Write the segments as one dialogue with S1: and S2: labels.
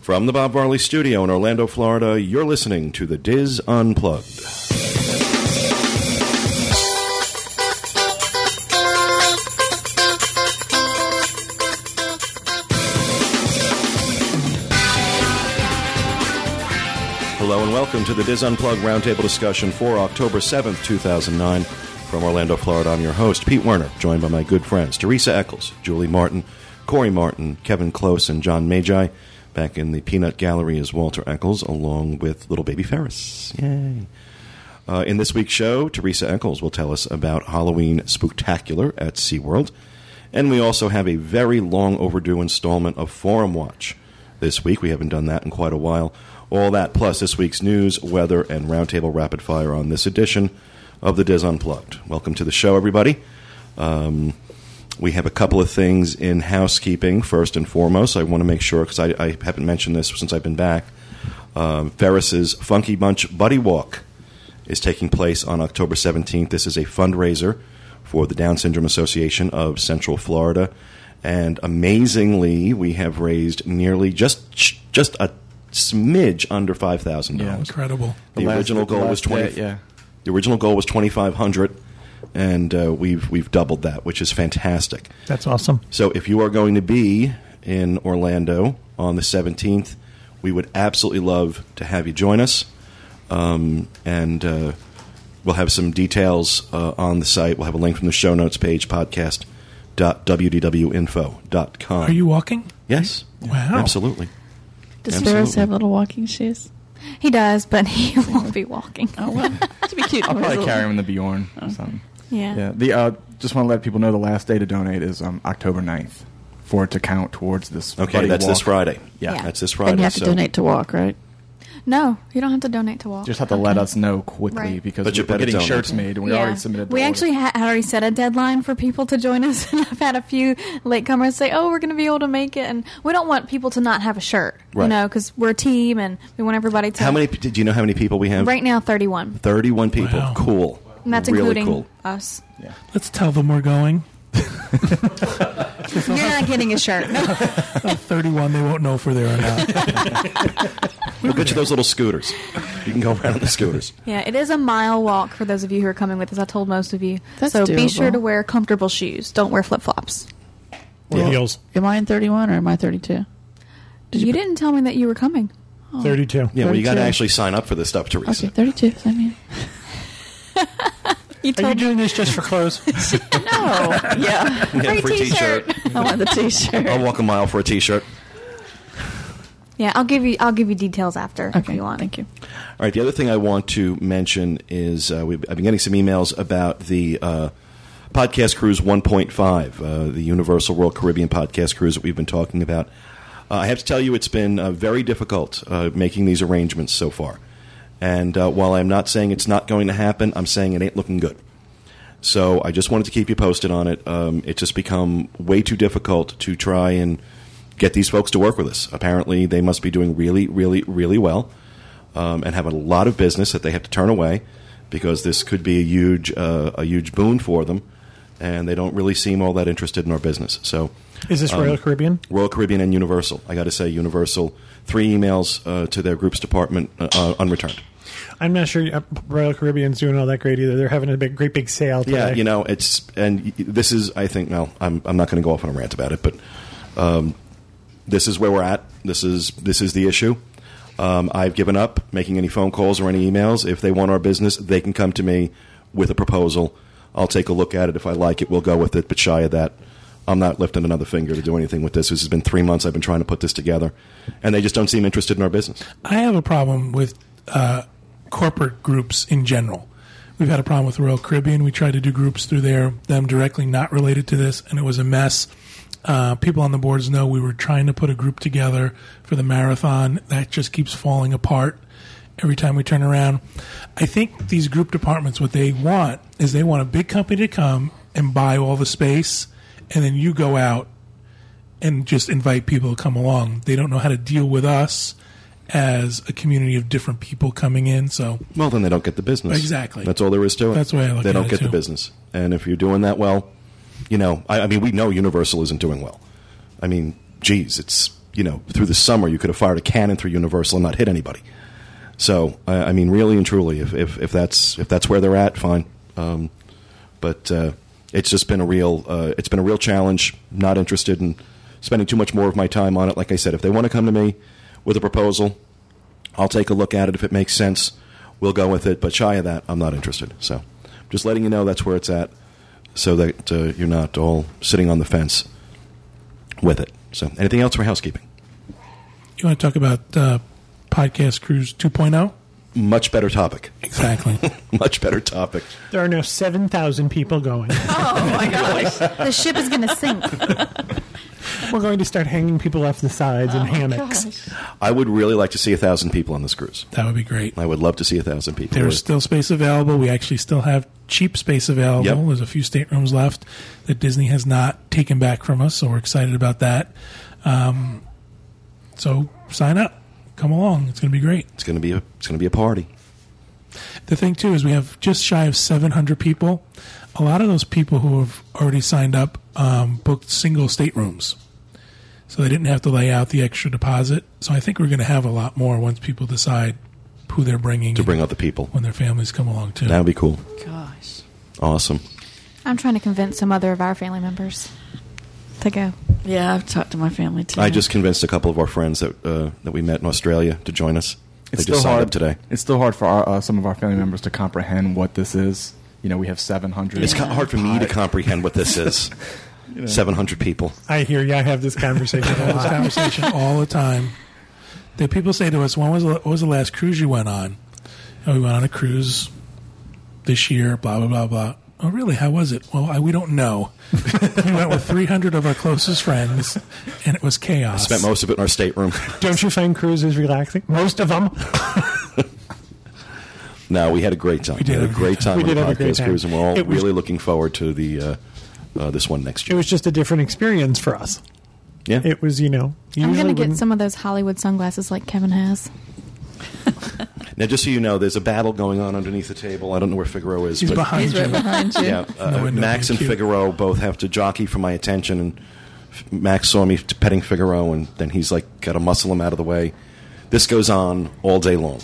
S1: From the Bob Varley Studio in Orlando, Florida, you're listening to The Diz Unplugged. Hello and welcome to the Diz Unplugged Roundtable discussion for October 7th, 2009. From Orlando, Florida, I'm your host, Pete Werner, joined by my good friends Teresa Eccles, Julie Martin, Corey Martin, Kevin Close, and John Magi. Back in the Peanut Gallery is Walter Eccles, along with little baby Ferris. Yay. Uh, in this week's show, Teresa Eccles will tell us about Halloween Spooktacular at SeaWorld. And we also have a very long overdue installment of Forum Watch this week. We haven't done that in quite a while. All that plus this week's news, weather, and roundtable rapid fire on this edition of the Diz Unplugged. Welcome to the show, everybody. Um, we have a couple of things in housekeeping. First and foremost, I want to make sure because I, I haven't mentioned this since I've been back. Um, Ferris's Funky Bunch Buddy Walk is taking place on October 17th. This is a fundraiser for the Down Syndrome Association of Central Florida, and amazingly, we have raised nearly just just a smidge under five thousand dollars.
S2: Incredible.
S1: The
S3: last-
S1: original goal
S3: last
S1: was twenty.
S3: day, yeah.
S1: The original goal was twenty five hundred, and uh, we've we've doubled that, which is fantastic.
S4: That's awesome.
S1: So if you are going to be in Orlando on the 17th, we would absolutely love to have you join us. Um, and uh, we'll have some details uh, on the site. We'll have a link from the show notes page, podcast.wdwinfo.com.
S2: Are you walking?
S1: Yes.
S2: Wow.
S1: Absolutely.
S5: Does
S1: Absolutely.
S5: Ferris have little walking shoes? He does, but he won't be walking.
S3: Oh well,
S6: That'd be cute.
S3: I'll probably carry him in the Bjorn or something.
S5: Yeah.
S3: Yeah. The uh, just want to let people know the last day to donate is um, October 9th for it to count towards this.
S1: Okay,
S3: buddy
S1: that's this
S3: walk.
S1: Friday.
S3: Yeah.
S1: That's this Friday.
S6: And you have to
S1: so-
S6: donate to walk, right?
S5: No, you don't have to donate to walk.
S3: Just have to let us know quickly
S5: Right.
S3: because
S1: But you
S3: we're
S1: better
S3: getting
S1: donate.
S3: shirts made and we
S5: Yeah.
S3: already submitted. the
S5: We
S3: order.
S5: actually ha- had already set a deadline for people to join us, and I've had a few latecomers say, "Oh, we're going to be able to make it," and we don't want people to not have a shirt,
S1: Right.
S5: you know, because we're a team and we want everybody to.
S1: How many? Do you know how many people we have?
S5: Right now, thirty-one,
S1: 31 people.
S2: Wow.
S1: Cool.
S5: and that's
S1: really
S5: including
S1: cool.
S5: us.
S2: Let's tell them we're going.
S5: You're not getting a shirt. No.
S2: At 31, they won't know if we're there or not.
S1: We'll get you those little scooters. You can go around on the scooters.
S5: yeah, it is a mile walk for those of you who are coming with us. I told most of you,
S6: That's
S5: so be
S6: doable.
S5: sure to wear comfortable shoes. Don't wear flip-flops.
S1: Yeah.
S4: Heels.
S6: Am I in 31 or am I 32? Did
S5: You,
S6: you put-
S5: didn't tell me that you were coming.
S2: oh.
S4: 32.
S1: Yeah, well, you got to
S6: 32.
S1: actually sign up for this stuff, Teresa.
S6: Okay, 32. I mean,
S5: You
S4: Are you
S5: told me.
S4: doing this just for clothes?
S6: no. yeah.
S5: Free
S1: free
S5: t-shirt.
S6: I want the t shirt.
S1: I'll walk a mile for a T-shirt.
S5: Yeah, I'll give you. I'll give you details after if
S6: Okay,
S5: you want.
S6: thank you.
S1: All right. The other thing I want to mention is uh, we've, I've been getting some emails about the uh, podcast cruise 1.5, uh, the Universal World Caribbean podcast cruise that we've been talking about. Uh, I have to tell you, it's been uh, very difficult uh, making these arrangements so far. And uh, while I'm not saying it's not going to happen, I'm saying it ain't looking good. So I just wanted to keep you posted on it. Um, it's just become way too difficult to try and get these folks to work with us. Apparently, they must be doing really, really, really well um, and have a lot of business that they have to turn away because this could be a huge, uh, a huge boon for them. And they don't really seem all that interested in our business. So
S4: Is this
S2: Um,
S4: Royal Caribbean?
S1: Royal Caribbean and Universal. I got to say, Universal three emails uh, to their groups department uh, uh, unreturned.
S4: I'm not sure uh, Royal Caribbean's doing all that great either. They're having a big, great big sale today.
S1: Yeah, you know, it's and y- this is I think no, I'm I'm not going to go off on a rant about it, but um, this is where we're at. This is this is the issue. Um, I've given up making any phone calls or any emails. If they want our business, they can come to me with a proposal. I'll take a look at it. If I like it, we'll go with it. But shy of that, I'm not lifting another finger to do anything with this. This has been three months. I've been trying to put this together, and they just don't seem interested in our business.
S2: I have a problem with uh, corporate groups in general. We've had a problem with Royal Caribbean. We tried to do groups through there, them directly not related to this, and it was a mess. Uh, people on the boards know we were trying to put a group together for the marathon. That just keeps falling apart every time we turn around. I think these group departments, what they want is they want a big company to come and buy all the space, and then you go out and just invite people to come along. They don't know how to deal with us as a community of different people coming in. So
S1: Well, then they don't get the business.
S2: Exactly.
S1: That's all there is to it.
S2: That's the way I look
S1: They
S2: at
S1: don't
S2: it,
S1: get the
S2: too.
S1: business. And if you're doing that well, you know, I, I mean, we know Universal isn't doing well. I mean, geez, it's you know, through the summer, you could have fired a cannon through Universal and not hit anybody. So, I, I mean, really and truly, if, if, if that's if that's where they're at, fine. Um, but uh, it's just been a real uh, it's been a real challenge. Not interested in spending too much more of my time on it. Like I said, if they want to come to me with a proposal, I'll take a look at it. If it makes sense, we'll go with it. But shy of that, I'm not interested. So, just letting you know that's where it's at, so that uh, you're not all sitting on the fence with it. So, anything else for housekeeping?
S2: You want to talk about uh, Podcast Cruise oh? 2.0?
S1: Much better topic.
S2: Exactly.
S1: Much better topic.
S4: There are now 7,000 people going.
S5: Oh my gosh. the ship is going to sink.
S4: We're going to start hanging people off the sides
S2: Oh,
S4: in hammocks.
S6: Gosh.
S1: I would really like to see a thousand people on this cruise.
S2: that would be great.
S1: I would love to see a thousand people.
S2: There's still space available. We actually still have cheap space available.
S1: Yep.
S2: There's a few staterooms left that Disney has not taken back from us, so we're excited about that. Um, so sign up, come along. It's going to be great.
S1: it's going to be a it's going to be a party.
S2: The thing too is we have just shy of 700 people. A lot of those people who have already signed up um, booked single staterooms, so they didn't have to lay out the extra deposit. So I think we're going to have a lot more once people decide who they're bringing
S1: to bring out the people.
S2: when their families come along too.
S1: That would be cool.
S6: Gosh.
S1: Awesome.
S5: I'm trying to convince some other of our family members to go.
S6: Yeah, I've talked to my family too.
S1: I just convinced a couple of our friends that uh, that we met in Australia to join us.
S3: It's
S1: they just
S3: still
S1: signed
S3: hard
S1: up today.
S3: It's still hard for our, uh, some of our family members to comprehend what this is. You know, we have 700.
S1: It's kind of hard for me to comprehend what this is. Seven hundred people.
S4: I hear you. I have this conversation a
S2: this
S4: lot.
S2: conversation all the time. The people say to us, "When was the, what was the last cruise you went on?" And we went on a cruise this year. Blah blah blah blah. Oh, really? How was it? Well, I, we don't know. we went with 300 of our closest friends, and it was chaos.
S1: Spent most of it in our stateroom.
S4: Don't you find cruises relaxing? Most of them.
S1: no, we had a great time. We
S2: did
S1: had a
S2: have a
S1: great
S2: great
S1: time
S4: We
S1: on the
S4: did have a great
S1: podcast
S4: time.
S1: cruise, and we're all
S4: It was-
S1: really looking forward to the uh, uh, this one next
S4: It
S1: year.
S4: was just a different experience for us.
S1: yeah,
S4: It was, you know,
S5: I'm
S4: usually
S5: going to
S4: when-
S5: get some of those Hollywood sunglasses like Kevin has.
S1: Now, just so you know, there's a battle going on underneath the table. I don't know where Figaro is.
S2: He's
S1: but,
S2: behind
S6: He's
S2: you.
S6: right behind you.
S1: Yeah,
S2: In the
S1: uh,
S2: window,
S1: Max
S2: being
S1: and
S2: cute.
S1: Figaro both have to jockey for my attention, and F- Max saw me t- petting Figaro, and then he's like, got to muscle him out of the way. This goes on all day long,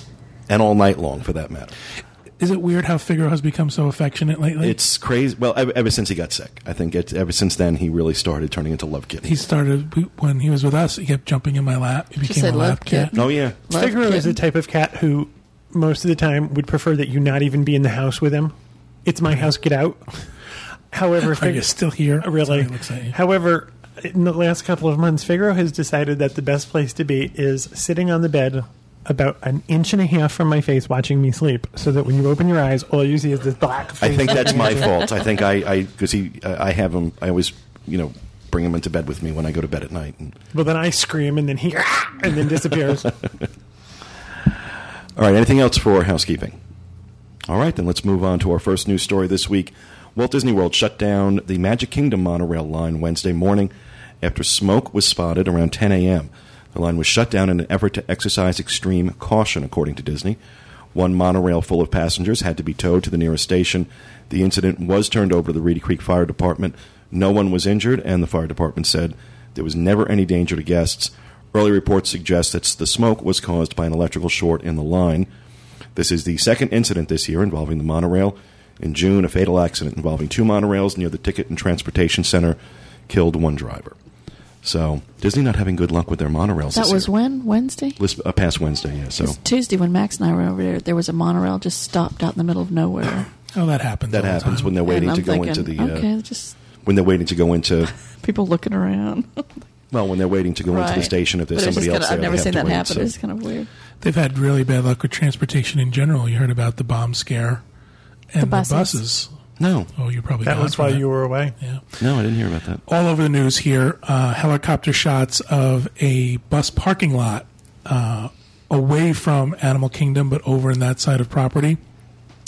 S1: and all night long, for that matter.
S2: Is it weird how Figaro has become so affectionate lately?
S1: It's crazy. Well, ever, ever since he got sick, I think it, ever since then he really started turning into love kitten.
S2: he started when he was with us. He kept jumping in my lap. He became
S6: said,
S2: a
S6: "Love
S2: lap
S6: kitten."
S2: cat.
S1: oh yeah,
S6: Love
S4: Figaro is
S6: kitten.
S4: the type of cat who most of the time would prefer that you not even be in the house with him. It's my house, get out. However,
S2: Are
S4: Fig- Oh,
S2: you still here?
S4: really.
S2: That's how he looks at you.
S4: However, in the last couple of months, Figaro has decided that the best place to be is sitting on the bed about an inch and a half from my face watching me sleep so that when you open your eyes all you see is this black face
S1: I think that's
S4: looking
S1: my
S4: at you.
S1: fault. I think I I because he I I have him. I always you know bring him into bed with me when I go to bed at night. And,
S4: well then i scream and then he and then disappears
S1: All right, anything else for housekeeping? All right, then let's move on to our first news story this week. Walt Disney World shut down the Magic Kingdom monorail line Wednesday morning after smoke was spotted around 10 a.m. The line was shut down in an effort to exercise extreme caution, according to Disney. One monorail full of passengers had to be towed to the nearest station. The incident was turned over to the Reedy Creek Fire Department. No one was injured, and the fire department said there was never any danger to guests. Early reports suggest that the smoke was caused by an electrical short in the line. This is the second incident this year involving the monorail. In June, a fatal accident involving two monorails near the Ticket and Transportation Center killed one driver. So Disney not having good luck with their monorails.
S6: That
S1: this
S6: was
S1: year.
S6: when? Wednesday?
S1: This- uh, past Wednesday. Yeah, so
S6: It's Tuesday when Max and I were over there, there was a monorail just stopped out in the middle of nowhere.
S2: Oh, that happens.
S1: that
S2: all the
S1: happens
S2: time.
S1: when they're waiting
S6: and I'm
S1: to go
S6: thinking,
S1: into the uh,
S6: okay, just
S1: when they're waiting to go into
S6: people looking around.
S1: well when they're waiting to go into
S6: Right.
S1: the station if there's
S6: But it's
S1: somebody
S6: just
S1: else
S6: kinda-
S1: there.
S6: I've never
S1: they
S6: seen
S1: have
S6: that
S1: to wait,
S6: happen.
S1: so-
S6: It's kind of weird.
S2: They've had really bad luck with transportation in general. You heard about the bomb scare and the buses.
S5: buses.
S1: No,
S2: Oh, you probably
S4: that
S2: gone
S4: was
S2: for
S4: why
S2: that.
S4: you were away
S2: Yeah.
S1: no, I didn't hear about that.
S2: All over the news here, uh, helicopter shots of a bus parking lot uh, away from Animal Kingdom, but over in that side of property.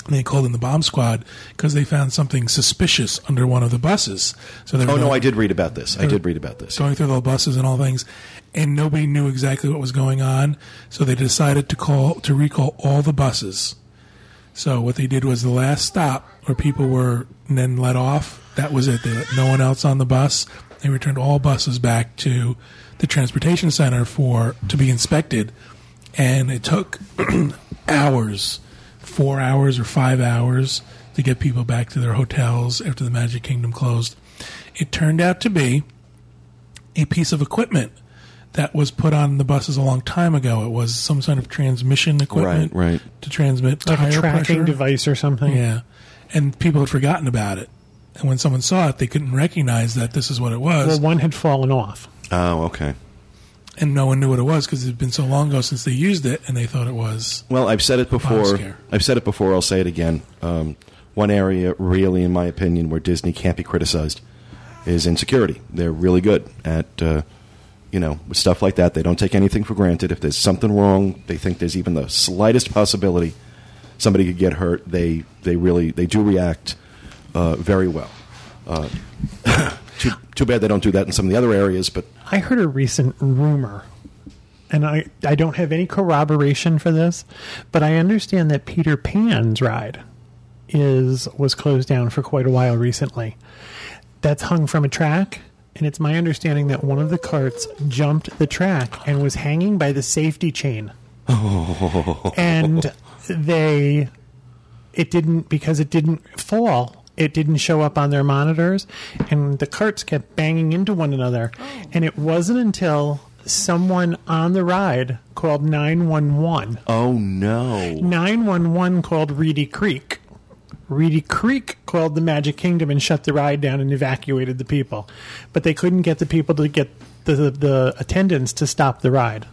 S2: And they called in the bomb squad because they found something suspicious under one of the buses. So they were
S1: Oh no,
S2: going-
S1: I did read about this. I did read about this.
S2: going through the buses and all things, and nobody knew exactly what was going on. So they decided to call to recall all the buses. So what they did was the last stop where people were then let off. That was it. They let no one else on the bus. They returned all buses back to the transportation center for to be inspected, and it took hours, four hours or five hours to get people back to their hotels after the Magic Kingdom closed. It turned out to be a piece of equipment that was put on the buses a long time ago. It was some sort of transmission equipment
S1: right.
S2: to transmit
S4: like
S2: tire
S4: a tracking
S2: pressure.
S4: device or something.
S2: Yeah. And people had forgotten about it. And when someone saw it, they couldn't recognize that this is what it was.
S4: Well, one had fallen off.
S1: Oh, okay.
S2: and no one knew what it was because it had been so long ago since they used it and they thought it was.
S1: Well, I've said it before.
S2: scare.
S1: I've said it before. I'll say it again. Um, one area, really, in my opinion, where Disney can't be criticized is insecurity. They're really good at, uh, you know, with stuff like that. They don't take anything for granted. If there's something wrong, they think there's even the slightest possibility somebody could get hurt. They they really they do react uh, very well. Uh, too, too bad they don't do that in some of the other areas, but
S4: I heard a recent rumor, and I, I don't have any corroboration for this, but I understand that Peter Pan's ride is was closed down for quite a while recently. That's hung from a track, and it's my understanding that one of the carts jumped the track and was hanging by the safety chain. And they it didn't because it didn't fall it didn't show up on their monitors and the carts kept banging into one another and it wasn't until someone on the ride called 911
S1: oh no,
S4: 911 called reedy creek reedy creek called the magic kingdom and shut the ride down and evacuated the people but they couldn't get the people to get the, the, the attendants to stop the ride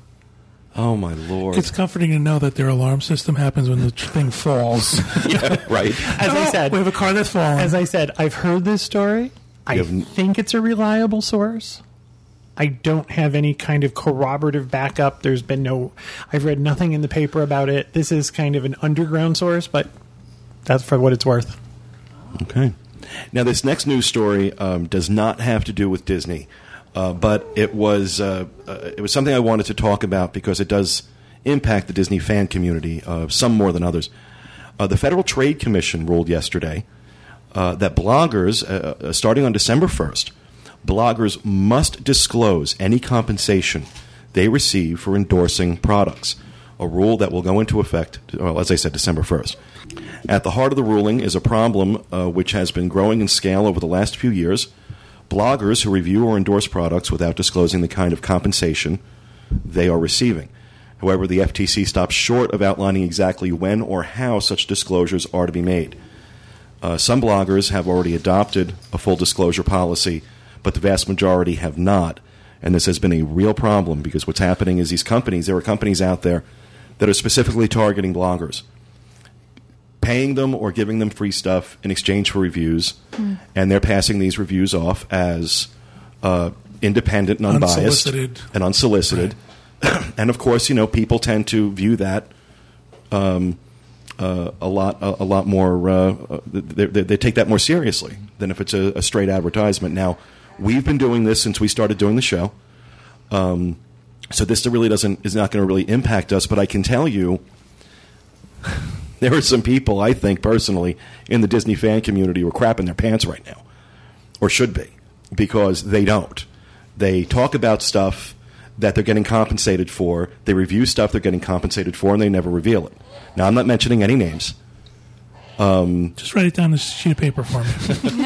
S1: oh my lord,
S2: It's comforting to know that their alarm system happens when the tr- thing falls.
S1: right?
S4: as i
S2: Oh,
S4: said
S2: we have a car that's falling.
S4: As I said, I've heard this story. I
S1: You haven't-
S4: think it's a reliable source. I don't have any kind of corroborative backup. There's been no, I've read nothing in the paper about it. This is kind of an underground source, but that's for what it's worth.
S1: Okay. Now, this next news story um, does not have to do with Disney, uh, but it was uh, uh, it was something I wanted to talk about because it does impact the Disney fan community, uh, some more than others. Uh, the Federal Trade Commission ruled yesterday uh, that bloggers, uh, uh, starting on December first, bloggers must disclose any compensation they receive for endorsing products. A rule that will go into effect, well, as I said, December first. At the heart of the ruling is a problem uh, which has been growing in scale over the last few years. Bloggers who review or endorse products without disclosing the kind of compensation they are receiving. However, the FTC stops short of outlining exactly when or how such disclosures are to be made. Uh, some bloggers have already adopted a full disclosure policy, but the vast majority have not. And this has been a real problem because what's happening is these companies, there are companies out there that are specifically targeting bloggers paying them or giving them free stuff in exchange for reviews, and they're passing these reviews off as uh, independent and unbiased
S2: Unsolicited.
S1: and unsolicited. and of course, you know, people tend to view that um, uh, a lot a, a lot more. Uh, uh, they, they, they take that more seriously than if it's a, a straight advertisement. Now, we've been doing this since we started doing the show. Um, so this really doesn't is not going to really impact us, but I can tell you there are some people I think personally in the Disney fan community who are crapping their pants right now, or should be, because they don't. They talk about stuff that they're getting compensated for. They review stuff they're getting compensated for, and they never reveal it. Now I'm not mentioning any names.
S2: Just write it down on a sheet of paper for me.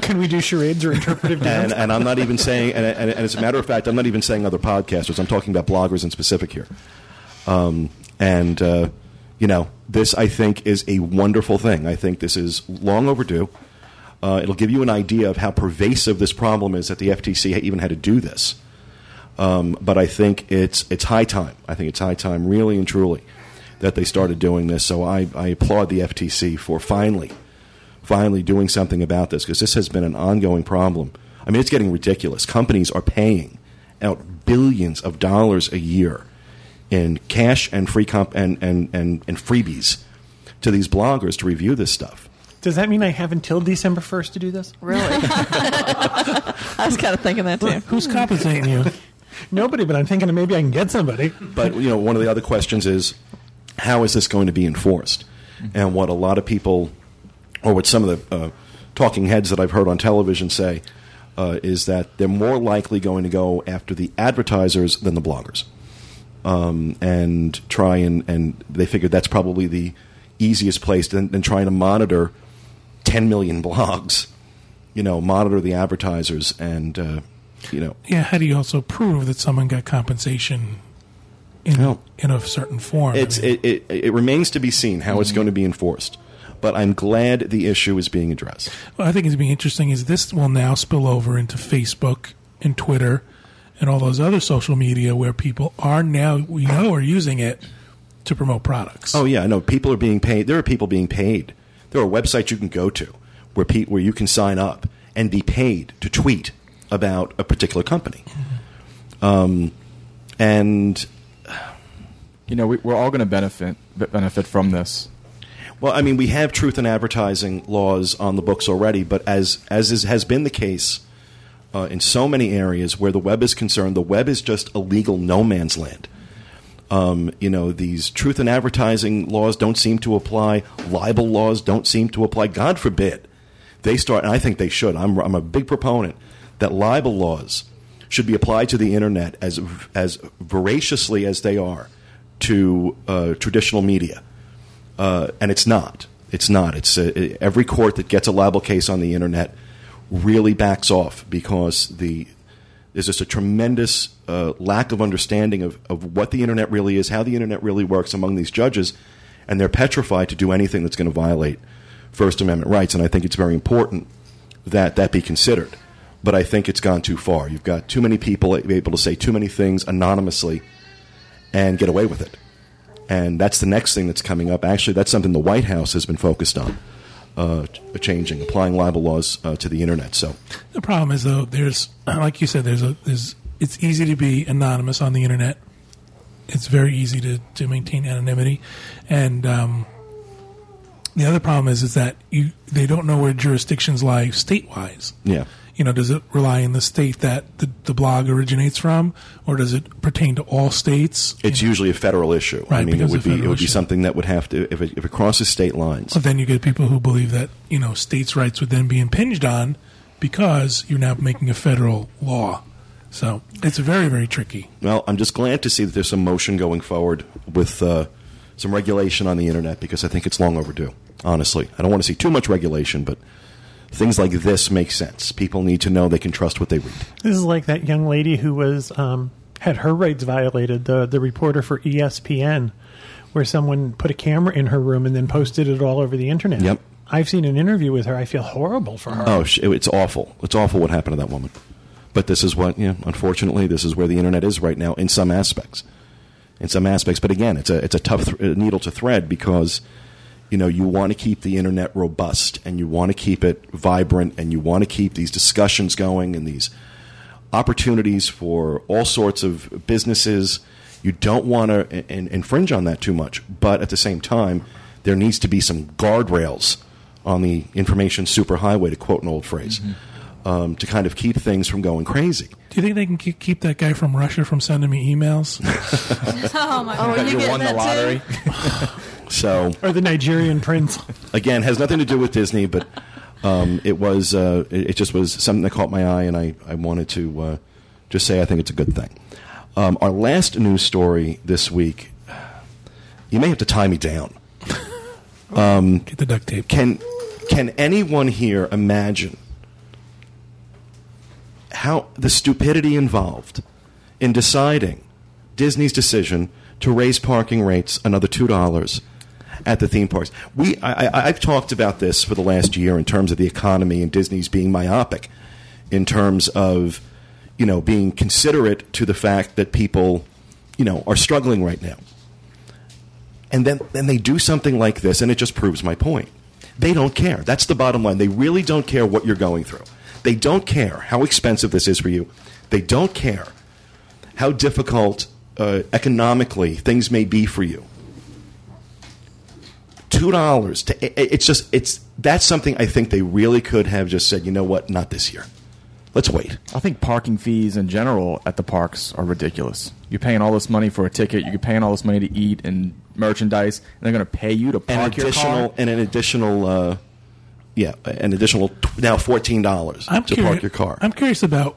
S4: Can we do charades or interpretive
S1: and,
S4: dance?
S1: and I'm not even saying, and, and, and as a matter of fact, I'm not even saying other podcasters. I'm talking about bloggers in specific here. Um, and, uh, you know, this, I think, is a wonderful thing. I think this is long overdue. Uh, it'll give you an idea of how pervasive this problem is that the FTC even had to do this. Um, but I think it's, it's high time. I think it's high time, really and truly, that they started doing this. So I, I applaud the FTC for finally finally doing something about this because this has been an ongoing problem. I mean, it's getting ridiculous. Companies are paying out billions of dollars a year in cash and free comp and, and, and, and freebies to these bloggers to review this stuff.
S4: Does that mean I have until December 1st to do this?
S6: Really? I was kind of thinking that too.
S2: Who's compensating you?
S4: Nobody, but I'm thinking maybe I can get somebody.
S1: But you know, one of the other questions is how is this going to be enforced? And what a lot of people, or what some of the uh, talking heads that I've heard on television say, uh, is that they're more likely going to go after the advertisers than the bloggers um, and try and, and they figured that's probably the easiest place than, than trying to monitor 10 million blogs you know monitor the advertisers and uh, you know
S2: Yeah, how do you also prove that someone got compensation in
S1: No.
S2: in a certain form?
S1: It's
S2: I mean,
S1: it, it, it remains to be seen how it's going to be enforced. But I'm glad the issue is being addressed.
S2: what I think is being interesting is this will now spill over into Facebook and Twitter and all those other social media where people are now we know are using it to promote products.
S1: Oh yeah, I know people are being paid. There are people being paid. There are websites you can go to where pe- where you can sign up and be paid to tweet about a particular company. Um, and
S3: You know, we, we're all going to benefit be- benefit from this.
S1: Well, I mean, we have truth in advertising laws on the books already, but as as is, has been the case uh, in so many areas where the web is concerned, the web is just a legal no man's land. Um, you know, these truth in advertising laws don't seem to apply. Libel laws don't seem to apply. God forbid they start, and I think they should. I'm, I'm a big proponent that libel laws should be applied to the internet as as voraciously as they are to uh, traditional media uh, and it's not. It's not. It's uh, every court that gets a libel case on the internet really backs off because the there's just a tremendous uh, lack of understanding of, of what the internet really is, how the internet really works among these judges, and they're petrified to do anything that's going to violate First Amendment rights. And I think it's very important that that be considered. But I think it's gone too far. You've got too many people able to say too many things anonymously and get away with it. And that's the next thing that's coming up. Actually, that's something the White House has been focused on uh, ch- changing, applying libel laws uh, to the internet. So,
S2: The problem is though, there's like you said, there's a there's it's easy to be anonymous on the internet. It's very easy to, to maintain anonymity, and um, the other problem is is that you they don't know where jurisdictions lie state wise.
S1: yeah.
S2: You know, does it rely in the state that the, the blog originates from, or does it pertain to all states?
S1: It's usually a federal issue. I
S2: Right,
S1: mean, it
S2: because
S1: would
S2: of
S1: be it
S2: federal
S1: would be
S2: issue.
S1: something that would have to if it, if it crosses state lines.
S2: But then you get people who believe that you know states' rights would then be impinged on because you're now making a federal law. So it's very very tricky.
S1: Well, I'm just glad to see that there's some motion going forward with uh, some regulation on the internet because I think it's long overdue. Honestly, I don't want to see too much regulation, but things like this make sense. People need to know they can trust what they read.
S4: This is like that young lady who was um, had her rights violated. The the reporter for E ESPN, where someone put a camera in her room and then posted it all over the internet.
S1: Yep.
S4: I've seen an interview with her. I feel horrible for her.
S1: Oh, sh- it's awful. It's awful what happened to that woman. But this is what, you know, unfortunately, this is where the internet is right now in some aspects. In some aspects, but again, it's a it's a tough th- uh, needle to thread because you know you want to keep the internet robust and you want to keep it vibrant and you want to keep these discussions going and these opportunities for all sorts of businesses. You don't want to in- in- infringe on that too much, but at the same time, there needs to be some guardrails on the information superhighway, to quote an old phrase, um, to kind of keep things from going crazy.
S2: Do you think they can ke- keep that guy from Russia from sending me emails?
S5: Oh my god!
S6: Are you getting that too?
S1: So
S4: Or the Nigerian prince.
S1: again, has nothing to do with Disney, but um, it was uh, it, it just was something that caught my eye, and I I wanted to uh, just say I think it's a good thing. Um, our last news story this week, you may have to tie me down.
S2: Get the duct tape.
S1: can can anyone here imagine how the stupidity involved in deciding Disney's decision to raise parking rates another two dollars at the theme parks? We I, I, I've talked about this for the last year in terms of the economy and Disney's being myopic in terms of you know being considerate to the fact that people you know are struggling right now and then, then they do something like this, and it just proves my point. They don't care. That's the bottom line. They really don't care what you're going through. They don't care how expensive this is for you. They don't care how difficult uh, economically things may be for you. Two dollars to i- i- it's just it's that's something I think they really could have just said. You know what? Not this year. Let's wait.
S3: I think parking fees in general at the parks are ridiculous. You're paying all this money for a ticket. You're paying all this money to eat and merchandise, and they're going to pay you to
S1: An
S3: park your car.
S1: additional and an additional uh, yeah, an additional tw- now fourteen dollars to
S2: I'm
S1: park
S2: curious-
S1: your car.
S2: I'm curious about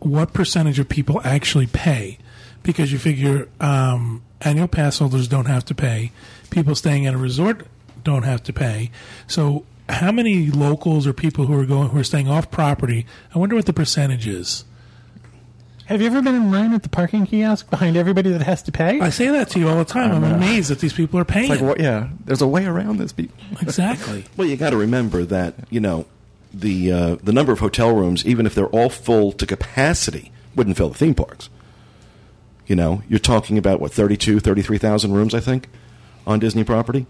S2: what percentage of people actually pay because you figure um, annual pass holders don't have to pay, people staying at a resort don't have to pay. So, how many locals or people who are going who are staying off property? I wonder what the percentage is.
S4: Have you ever been in line at the parking kiosk behind everybody that has to pay?
S2: I say that to you all the time. I'm amazed that these people are paying.
S3: Like, what? Yeah, there's a way around this. People.
S2: Exactly.
S1: Well, you got to remember that you know the uh, the number of hotel rooms, even if they're all full to capacity, wouldn't fill the theme parks. You know, you're talking about what 32, 33,000 rooms, I think, on Disney property.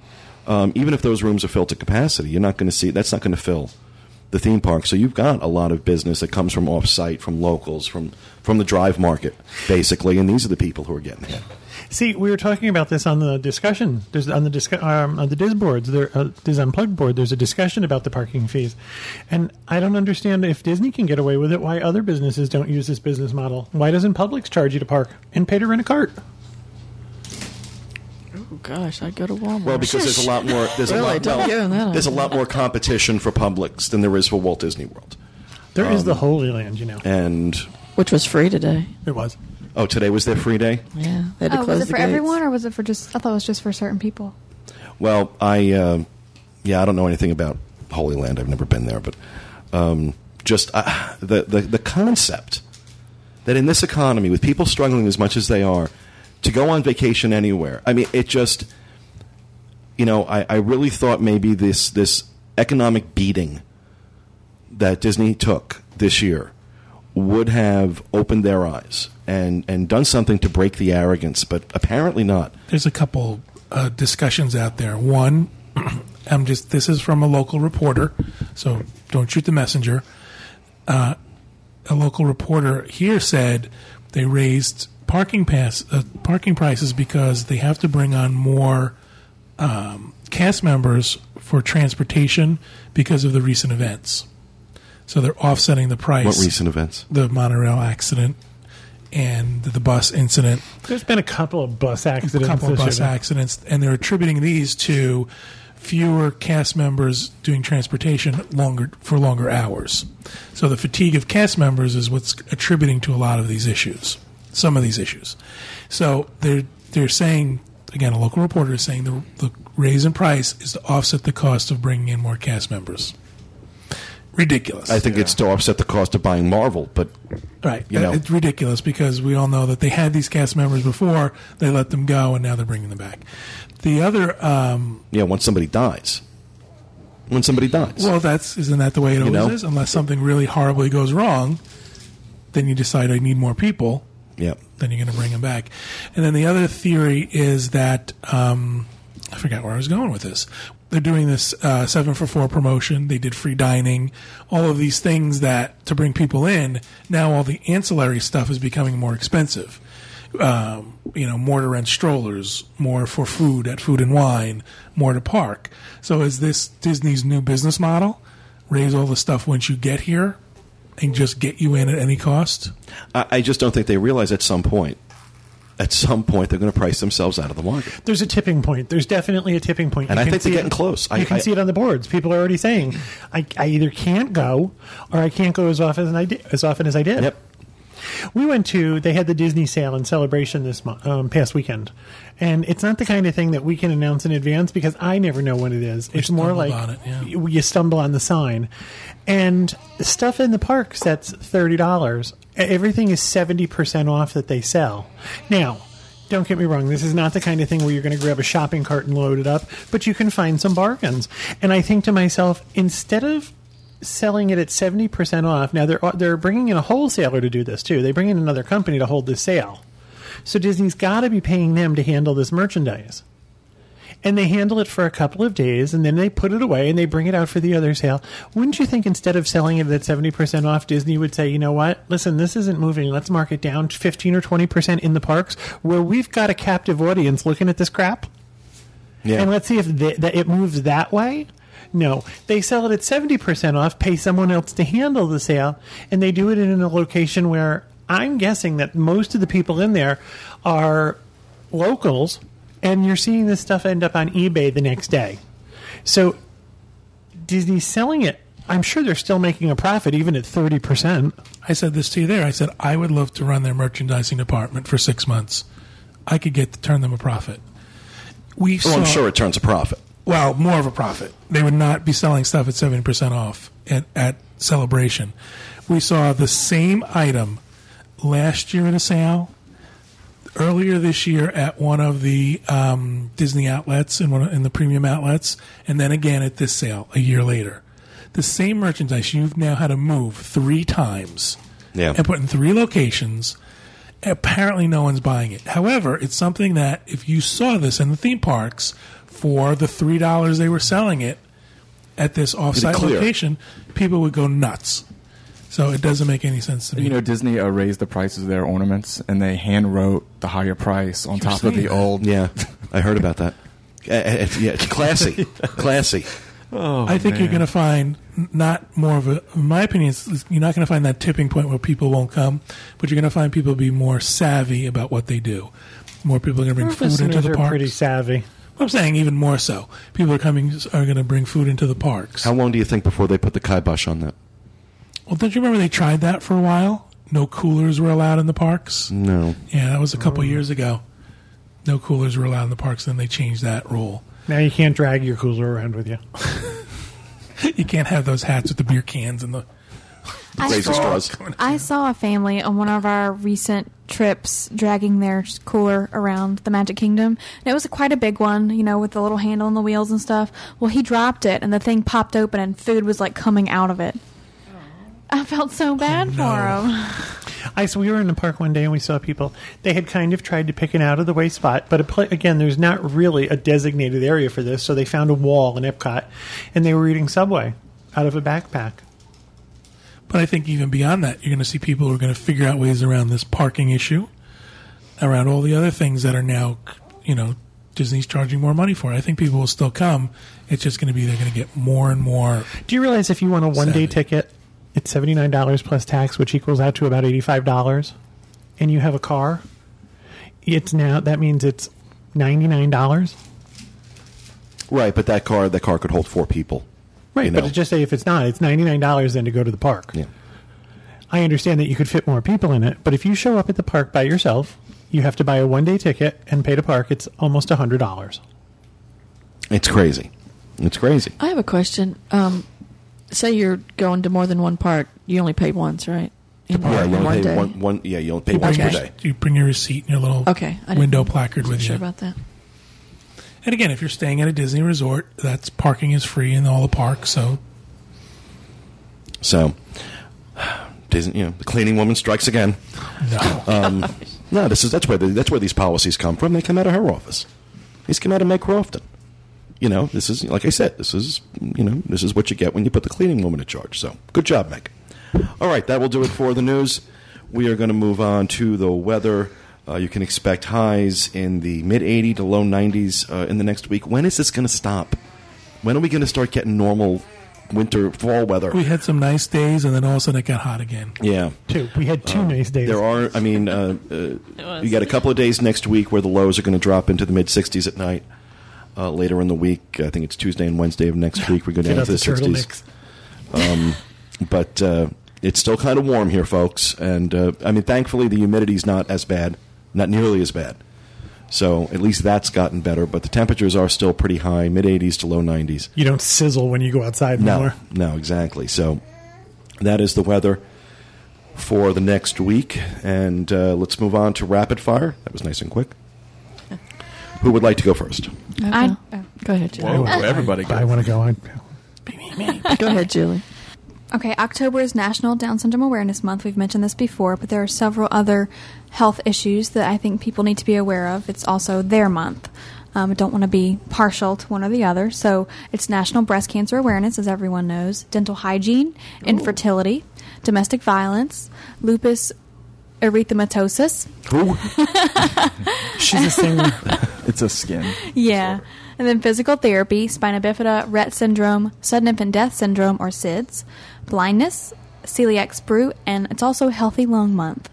S1: Um, even if those rooms are filled to capacity, you're not going to see that's not going to fill the theme park. So you've got a lot of business that comes from off-site, from locals, from from the drive market, basically. And these are the people who are getting hit.
S4: See, we were talking about this on the discussion. There's on the discu- um, on the Diz boards, there uh, Diz Unplugged board. There's a discussion about the parking fees, and I don't understand if Disney can get away with it. Why other businesses don't use this business model? Why doesn't Publix charge you to park and pay to rent a cart?
S6: Oh gosh, I'd go to Walmart.
S1: Well, because there's a lot more. There's a
S6: Really?
S1: lot.
S6: Don't give 'em that
S1: Well, there's a
S6: idea.
S1: lot more competition for Publix than there is for Walt Disney World.
S4: There is
S1: Um,
S4: the Holy Land, you know.
S1: And
S6: Which was free today.
S4: It was.
S1: oh, today was their free day.
S6: Yeah, they had to
S5: Oh,
S6: close
S5: was it
S6: the
S5: for
S6: gates.
S5: everyone or was it for just? I thought it was just for certain people.
S1: Well, I um yeah, I don't know anything about Holy Land. I've never been there, but um, just uh, the, the the concept that in this economy, with people struggling as much as they are, to go on vacation anywhere. I mean, it just you know, I, I really thought maybe this this economic beating that Disney took this year would have opened their eyes and, and done something to break the arrogance, but apparently not.
S2: there's a couple uh, discussions out there. One, I'm just this is from a local reporter, so don't shoot the messenger. Uh, a local reporter here said they raised parking pass uh, parking prices because they have to bring on more um, cast members for transportation because of the recent events. So they're offsetting the price.
S1: What recent events?
S2: The monorail accident and the bus incident
S4: There's been a couple of bus accidents.
S2: a couple of
S4: this
S2: bus
S4: year.
S2: accidents, and they're attributing these to fewer cast members doing transportation longer for longer hours. So the fatigue of cast members is what's attributing to a lot of these issues. Some of these issues. So they're they're saying again, a local reporter is saying the, the raise in price is to offset the cost of bringing in more cast members. Ridiculous.
S1: I think it's to offset the cost of buying Marvel, but
S2: Right.
S1: You know?
S2: It's ridiculous because we all know that they had these cast members before, they let them go, and now they're bringing them back. The other, um,
S1: you know, once somebody dies, when somebody dies,
S2: well, that's, isn't that the way it always
S1: know?
S2: is? Unless something really horribly goes wrong, then you decide I need more people,
S1: yeah,
S2: then you're going to bring them back. And then the other theory is that, um, I forgot where I was going with this. They're doing this uh, seven for four promotion. They did free dining, all of these things that to bring people in. Now all the ancillary stuff is becoming more expensive. um, you know, more to rent strollers, more for food at Food and Wine, more to park. So is this Disney's new business model? Raise all the stuff once you get here, and just get you in at any cost.
S1: I, I just don't think they realize at some point, at some point, they're going to price themselves out of the market.
S4: There's a tipping point. There's definitely a tipping point.
S1: And
S4: You
S1: I
S4: can
S1: think they're
S4: see it-
S1: getting close. I-
S4: you can
S1: I-
S4: see it on the boards. People are already saying, I, I either can't go or I can't go as often as I did. As often as I did.
S1: Yep.
S4: We went to they had the Disney sale and celebration this month, um, past weekend, and it's not the kind of thing that we can announce in advance because I never know what it is. it's more
S2: stumbled
S4: like
S2: on it, yeah.
S4: you, you stumble on the sign, and stuff in the parks that's thirty dollars. Everything is seventy percent off that they sell now. Don't get me wrong. This is not the kind of thing where you're going to grab a shopping cart and load it up, but you can find some bargains. And I think to myself, instead of selling it at 70% off. Now they're they're bringing in a wholesaler to do this too. They bring in another company to hold this sale. So Disney's got to be paying them to handle this merchandise. And they handle it for a couple of days and then they put it away and they bring it out for the other sale. Wouldn't you think instead of selling it at 70% off, Disney would say, you know what? Listen, this isn't moving. Let's mark it down 15 or 20% in the parks where we've got a captive audience looking at this crap
S1: Yeah,
S4: and let's see if th that it moves that way. No, they sell it at seventy percent off. Pay someone else to handle the sale, and they do it in a location where I'm guessing that most of the people in there are locals, and you're seeing this stuff end up on eBay the next day. So Disney's selling it. I'm sure they're still making a profit, even at thirty percent.
S2: I said this to you there. I said I would love to run their merchandising department for six months. I could get to turn them a profit. We
S1: Well,
S2: saw,
S1: Oh, I'm sure it turns a profit.
S2: well more of a profit. They would not be selling stuff at seventy percent off at, at Celebration. We saw the same item last year at a sale, earlier this year at one of the um, Disney outlets and one of, in the premium outlets, and then again at this sale a year later. The same merchandise you've now had to move three times
S1: Yeah.
S2: and put in three locations. Apparently, no one's buying it. However, it's something that if you saw this in the theme parks for the three dollars they were selling it at this off-site
S1: clear.
S2: location, people would go nuts. So it doesn't make any sense to me.
S3: You know, Disney uh, raised the prices of their ornaments, and they hand wrote the higher price on top of
S2: saying
S3: the
S2: that.
S3: old.
S1: Yeah, I heard about that. Uh, uh, yeah, it's classy, classy.
S2: I think you're
S3: man.
S2: going to find n- not more of a. In my opinion, it's- it's- you're not going to find that tipping point where people won't come, but you're going to find people be more savvy about what they do. More people are going to bring food into
S4: Listeners
S2: the
S4: are
S2: parks.
S4: pretty savvy.
S2: I'm saying even more so. People are coming are going to bring food into the parks.
S1: How long do you think before they put the kibosh on that?
S2: well, don't you remember they tried that for a while? No coolers were allowed in the parks.
S1: No.
S2: Yeah, that was a couple years ago. No coolers were allowed in the parks. Then they changed that rule.
S4: Now you can't drag your cooler around with you.
S2: you can't have those hats with the beer cans and the.
S5: I
S1: Razor
S5: saw,
S1: straws.
S5: I saw a family on one of our recent trips dragging their cooler around the Magic Kingdom. And it was quite a big one, you know, with the little handle and the wheels and stuff. Well, he dropped it, and the thing popped open, and food was like coming out of it. I felt so bad for him.
S4: I so we were in the park one day and we saw people. They had kind of tried to pick an out of the way spot, but a pla again, there's not really a designated area for this, so they found a wall in Epcot, and they were eating Subway out of a backpack.
S2: But I think even beyond that, you're going to see people who are going to figure out ways around this parking issue, around all the other things that are now, you know, Disney's charging more money for. I think people will still come. It's just going to be they're going to get more and more.
S4: Do you realize if you want a one
S2: Savvy.
S4: day ticket, it's seventy nine dollars plus tax, which equals out to about eighty five dollars, and you have a car. It's now that means it's ninety nine dollars,
S1: Right, but that car, that car could hold four people.
S4: right?
S1: You know.
S4: But just say if it's not, it's ninety nine dollars then to go to the park.
S1: Yeah.
S4: I understand that you could fit more people in it, but if you show up at the park by yourself, you have to buy a one day ticket and pay to park. It's almost hundred dollars.
S1: It's crazy. It's crazy.
S6: I have a question. Um, say you're going to more than one park. You only pay once, right? In
S1: Yeah, you
S6: in
S1: only
S6: one
S1: pay
S6: day.
S1: one, one. Yeah, you only pay
S2: You
S1: once
S2: bring,
S1: per
S6: Okay.
S1: day.
S2: your, you bring your receipt and your little
S6: Okay, I didn't-
S2: window placard with
S6: Sure
S2: you.
S6: about that.
S2: And again, if you're staying at a Disney resort, that's parking is free in all the parks. So
S1: So, Disney, you know, the cleaning woman strikes again.
S2: no,
S1: No, this is that's where the, that's where these policies come from. They come out of her office. These come out of Meg Crofton. You know, this is like I said. This is you know, this is what you get when you put the cleaning woman in charge. So, good job, Meg. All right, that will do it for the news. We are going to move on to the weather. Uh, you can expect highs in the mid 80 to low 90s uh, in the next week. When is this going to stop? When are we going to start getting normal winter fall weather?
S2: we had some nice days, and then all of a sudden it got hot again.
S1: yeah.
S4: Two. We had two nice days.
S1: Uh, There are, I mean, uh, uh, you got a couple of days next week where the lows are going to drop into the mid 60s at night. Uh, later in the week, I think it's Tuesday and Wednesday of next week, we go
S4: Get
S1: down
S4: out
S1: to
S4: the
S1: the 60s.
S4: turtlenecks.
S1: But uh, it's still kind of warm here, folks. And uh, I mean, thankfully, the humidity's not as bad, not nearly as bad. So at least that's gotten better. But the temperatures are still pretty high, mid 80s to low 90s.
S4: You don't sizzle when you go outside
S1: No,
S4: anymore.
S1: no, exactly. So that is the weather for the next week, and uh, let's move on to rapid fire. That was nice and quick. Who would like to go first?
S5: I-
S6: go ahead, Julie.
S3: Whoa, everybody.
S4: But I want to go. I,
S6: Go ahead, Julie.
S5: Okay, October is National Down Syndrome Awareness Month. We've mentioned this before, but there are several other health issues that I think people need to be aware of. It's also their month. Um, I don't want to be partial to one or the other. So it's National Breast Cancer Awareness, as everyone knows, dental hygiene, infertility, domestic violence, lupus erythematosus.
S1: Who?
S4: she's a singer.
S3: It's a skin.
S5: Yeah. And then physical therapy, spina bifida, Rett syndrome, sudden infant death syndrome, or SIDS, blindness, celiac sprue, and it's also Healthy Lung Month.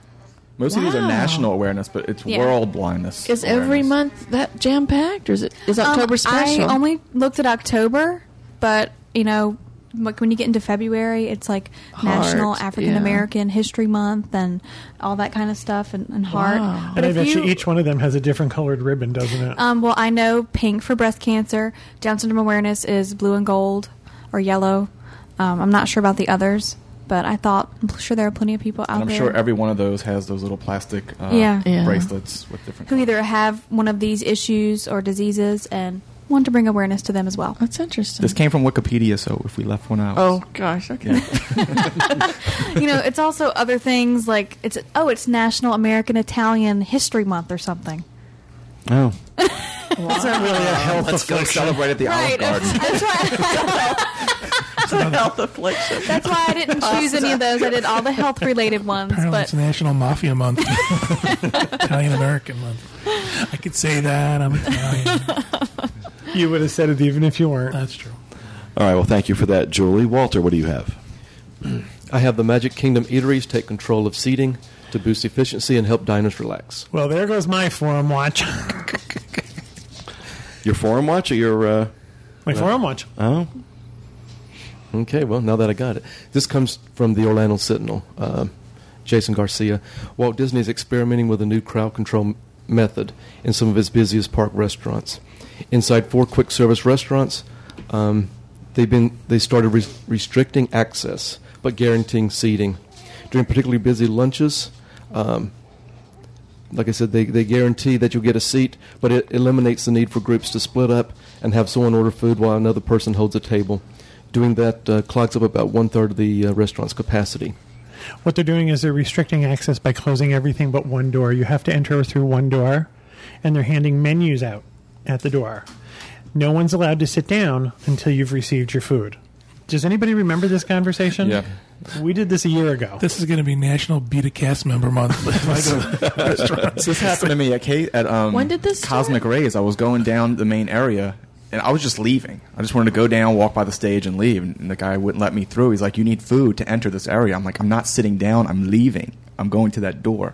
S3: Most of these
S6: Wow.
S3: are national awareness, but it's
S5: Yeah.
S3: world blindness.
S6: Is every
S3: awareness.
S6: month that jam packed, or is it is
S5: Um,
S6: October special?
S5: I only looked at October, but you know, like when you get into February, it's like
S6: Heart,
S5: National
S6: yeah.
S5: African American History Month and all that kind of stuff and, and heart.
S6: Wow.
S4: and I
S5: if
S4: bet you,
S5: you-
S4: each one of them has a different colored ribbon, doesn't it?
S5: Um, well, I know pink for breast cancer. Down syndrome awareness is blue and gold or yellow. Um, I'm not sure about the others, but I thought I'm sure there are plenty of people out
S3: And I'm
S5: there
S3: sure every one of those has those little plastic uh,
S5: Yeah.
S6: Yeah.
S3: bracelets with different.
S5: who
S3: colors.
S5: either have one of these issues or diseases and want to bring awareness to them as well.
S6: That's interesting.
S3: This came from Wikipedia, so if we left one out,
S6: oh gosh, okay.
S5: you know, it's also other things like it's oh, it's National American Italian History Month or something.
S1: Oh.
S4: It's not really a health
S1: Let's go
S4: affliction.
S1: celebrate at the
S5: right. That's why,
S6: it's a health affliction.
S5: that's why I didn't choose any of those. I did all the health related ones,
S2: Apparently,
S5: but
S2: it's National Mafia Month, Italian American Month. I could say that I'm Italian.
S4: You would have said it even if you weren't.
S2: That's true.
S1: All right. Well, thank you for that, Julie. Walter, what do you have?
S7: I have the Magic Kingdom eateries take control of seating to boost efficiency and help diners relax.
S4: Well, there goes my forum watch.
S1: Your forum watch or your. Uh,
S4: my forum watch.
S1: oh.
S7: Okay, well, now that I got it. This comes from the Orlando Sentinel. Uh, Jason Garcia. Walt Disney is experimenting with a new crowd control m- method in some of his busiest park restaurants. Inside four quick service restaurants, um, they've been, they started re- restricting access but guaranteeing seating. During particularly busy lunches, um, like I said, they, they guarantee that you'll get a seat, but it eliminates the need for groups to split up and have someone order food while another person holds a table. Doing that uh, clogs up about one third of the uh, restaurant's capacity.
S4: What they're doing is they're restricting access by closing everything but one door. You have to enter through one door, and they're handing menus out at the door. No one's allowed to sit down until you've received your food. Does anybody remember this conversation?
S3: Yeah.
S4: We did this a year ago.
S2: This is going to be National Beta Cast Member Month.
S3: this happened to me at, K- at um,
S6: When did this
S3: Cosmic Rays. I was going down the main area, and I was just leaving. I just wanted to go down, walk by the stage, and leave. And the guy wouldn't let me through. He's like, "You need food to enter this area." I'm like, "I'm not sitting down. I'm leaving. I'm going to that door."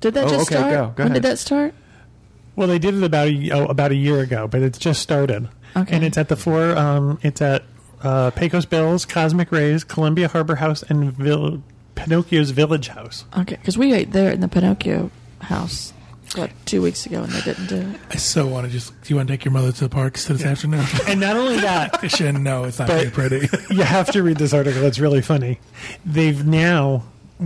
S6: Did that
S3: Oh,
S6: just
S3: okay,
S6: start?
S3: go, go
S6: when
S3: ahead.
S6: did that start?
S4: Well, they did it about a, oh, about a year ago, but it's just started.
S6: Okay.
S4: And it's at the four. Um, it's at uh, Pecos Bills, Cosmic Rays, Columbia Harbor House, and Vil- Pinocchio's Village House.
S6: Okay, because we ate there in the Pinocchio house what two weeks ago, and they didn't do it.
S2: I so want to just. Do you want to take your mother to the parks this afternoon?
S4: And not only that,
S2: Christian, no, it's not
S4: But-
S2: very pretty.
S4: you have to read this article. It's really funny. They've now.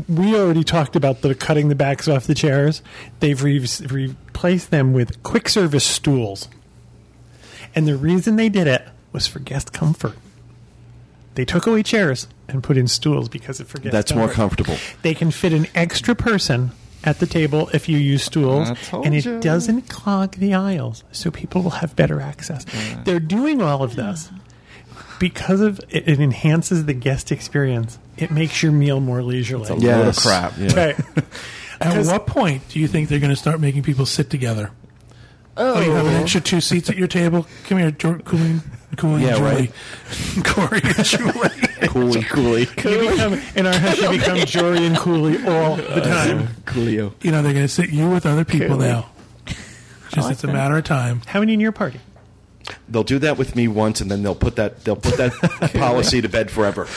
S4: We already talked about the cutting the backs off the chairs. They've re- replaced them with quick service stools. And the reason they did it was for guest comfort. They took away chairs and put in stools because it for guest
S1: That's more
S4: comfort.
S1: comfortable.
S4: They can fit an extra person at the table if you use stools,
S3: I told
S4: and it
S3: you.
S4: doesn't clog the aisles, so people will have better access. They're doing all of this because of it, it enhances the guest experience. It makes your meal more leisurely.
S1: Yeah.
S3: Load of crap.
S1: Yeah.
S4: Right.
S2: At
S4: 'Cause-
S2: what point do you think they're going to start making people sit together? Oh, you have an extra two seats at your table. Come here, Jor- Cooley, Cooley,
S1: Yeah,
S2: and Julie,
S1: right.
S2: Corey, and Julie.
S1: Cooley, cooley.
S4: You become, in our house, you become Jory and Cooley all the time.
S3: Coolio.
S2: You know they're going to sit you with other people
S6: Cooley.
S2: now. Just it's a matter of time.
S4: How many in your party?
S1: They'll do that with me once, and then they'll put that they'll put that policy to bed forever.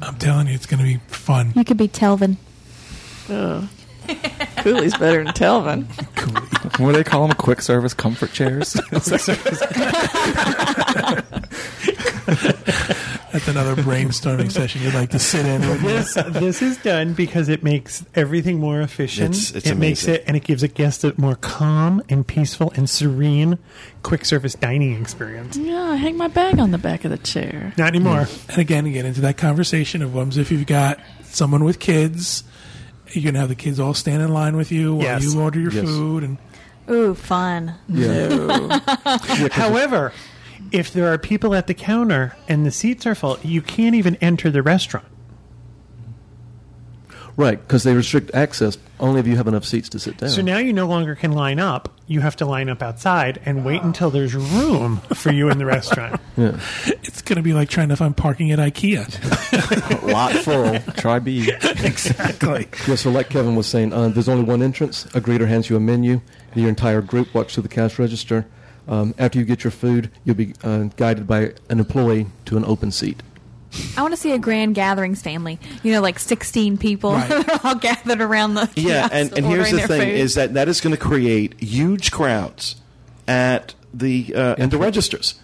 S2: I'm telling you, it's going to be fun.
S5: you could be Telvin.
S6: Cooley's better than Telvin.
S3: What do they call them? Quick service comfort chairs.
S2: That's another brainstorming session you'd like to sit in. wouldn't you?
S4: this this is done because it makes everything more efficient.
S1: It's- it's
S4: it makes
S1: amazing.
S4: it and it gives a guest a more calm and peaceful and serene quick service dining experience.
S6: Yeah, I hang my bag on the back of the chair.
S4: Not anymore.
S2: And again, you get into that conversation of what if you've got someone with kids, you're going to have the kids all stand in line with you while
S4: Yes.
S2: you order your
S7: Yes.
S2: food. And
S5: Ooh, fun.
S4: However, if there are people at the counter and the seats are full, you can't even enter the restaurant.
S7: Right, because they restrict access only if you have enough seats to sit down.
S4: So now you no longer can line up. You have to line up outside and wait until there's room for you in the restaurant.
S2: it's going to be like trying to find parking at IKEA.
S3: Lot full. Try B.
S2: exactly.
S7: yeah, so like Kevin was saying, uh, there's only one entrance. A greeter hands you a menu. Your entire group walks to the cash register. Um, after you get your food, you'll be uh, guided by an employee to an open seat.
S5: I want to see a grand gathering, Stanley. You know, like 16 people
S2: Right.
S5: They're all gathered around the.
S1: Yeah,
S5: kiosk
S1: and, and here's
S5: ordering
S1: the
S5: their
S1: thing:
S5: food.
S1: is that that is going to create huge crowds at the uh, at the registers.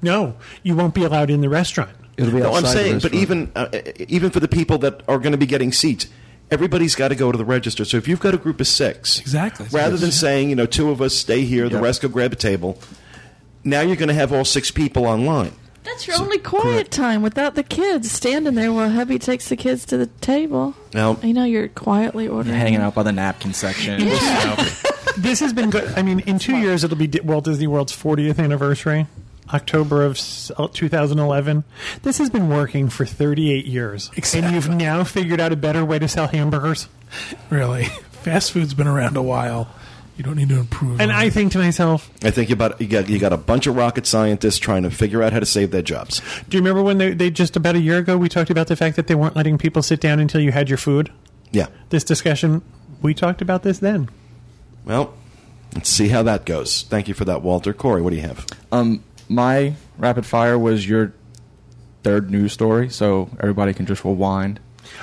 S4: No, you won't be allowed in the restaurant.
S7: It'll be
S1: No, I'm
S7: outside the
S1: saying, but
S7: restaurant.
S1: even uh, even for the people that are going to be getting seats, everybody's got to go to the register. So if you've got a group of six,
S2: Exactly.
S1: rather than
S2: Yeah.
S1: saying you know two of us stay here, the
S3: Yeah.
S1: rest go grab a table. Now you're going to have all six people online.
S6: That's your only quiet time without the kids standing there while hubby takes the kids to the table.
S1: Now,
S6: You know, you're quietly ordering.
S3: hanging out by the napkin section.
S4: This has been good. I mean, in two years, it'll be Di- Walt Disney World's 40th anniversary, October of s- uh, 2011. This has been working for 38 years. And you've now figured out a better way to sell hamburgers.
S2: Really, fast food's been around a while. You don't need to improve.
S4: And
S2: on
S4: I
S2: it.
S4: think to myself,
S1: I think about you got you got a bunch of rocket scientists trying to figure out how to save their jobs.
S4: do you remember when they, they just about a year ago, we talked about the fact that they weren't letting people sit down until you had your food?
S1: Yeah.
S4: This discussion, we talked about this then.
S1: Well, let's see how that goes. Thank you for that, Walter. Corey, what do you have?
S3: Um, my rapid fire was your third news story, so everybody can just rewind.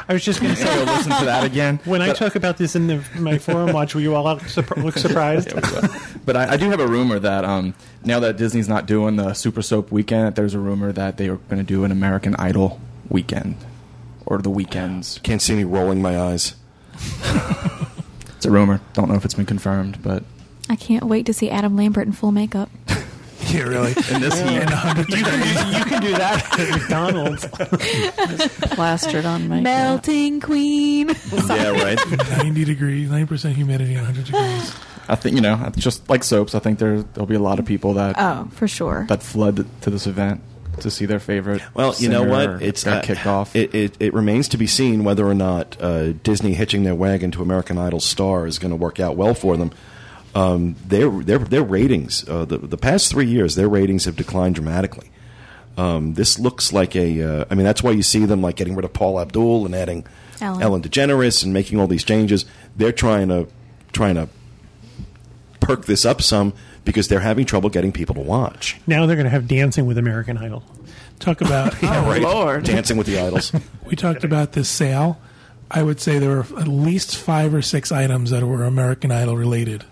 S4: I was just going to
S3: Go
S4: say,
S3: listen to that again.
S4: when I
S3: But-
S4: talk about this in the, my forum watch, will you all look, surpri- look surprised?
S3: but I, I do have a rumor that um, now that Disney's not doing the Super Soap weekend, there's a rumor that they are going to do an American Idol weekend or the weekends.
S1: Can't see me rolling my eyes.
S3: It's a rumor. Don't know if it's been confirmed, but
S5: I can't wait to see Adam Lambert in full makeup.
S2: yeah, really.
S3: in this heat,
S4: You can, do, you can do that at McDonald's.
S6: plastered on me.
S5: Melting Queen.
S1: Yeah, right.
S2: 90 degrees, 90% humidity, 100 degrees.
S3: I think you know, just like soaps, I think there there'll be a lot of people that
S1: Uh.
S5: Oh, for sure.
S3: that flood to this event to see their favorite.
S1: Well, you know
S3: singer
S1: what?
S3: or
S1: It's
S3: got
S1: uh,
S3: kicked off.
S1: It, it, it remains to be seen whether or not uh, Disney hitching their wagon to American Idol star is going to work out well for them. Um, their their their ratings uh, the the past three years their ratings have declined dramatically. Um, this looks like a. Uh, I mean, that's why you see them like getting rid of Paul Abdul and adding
S5: Ellen.
S1: Ellen DeGeneres and making all these changes. They're trying to trying to perk this up some because they're having trouble getting people to watch.
S4: Now they're going to have Dancing with American Idol.
S2: Talk about,
S1: Lord, Dancing with the Idols.
S2: we talked about this sale. I would say there were at least five or six items that were American Idol related.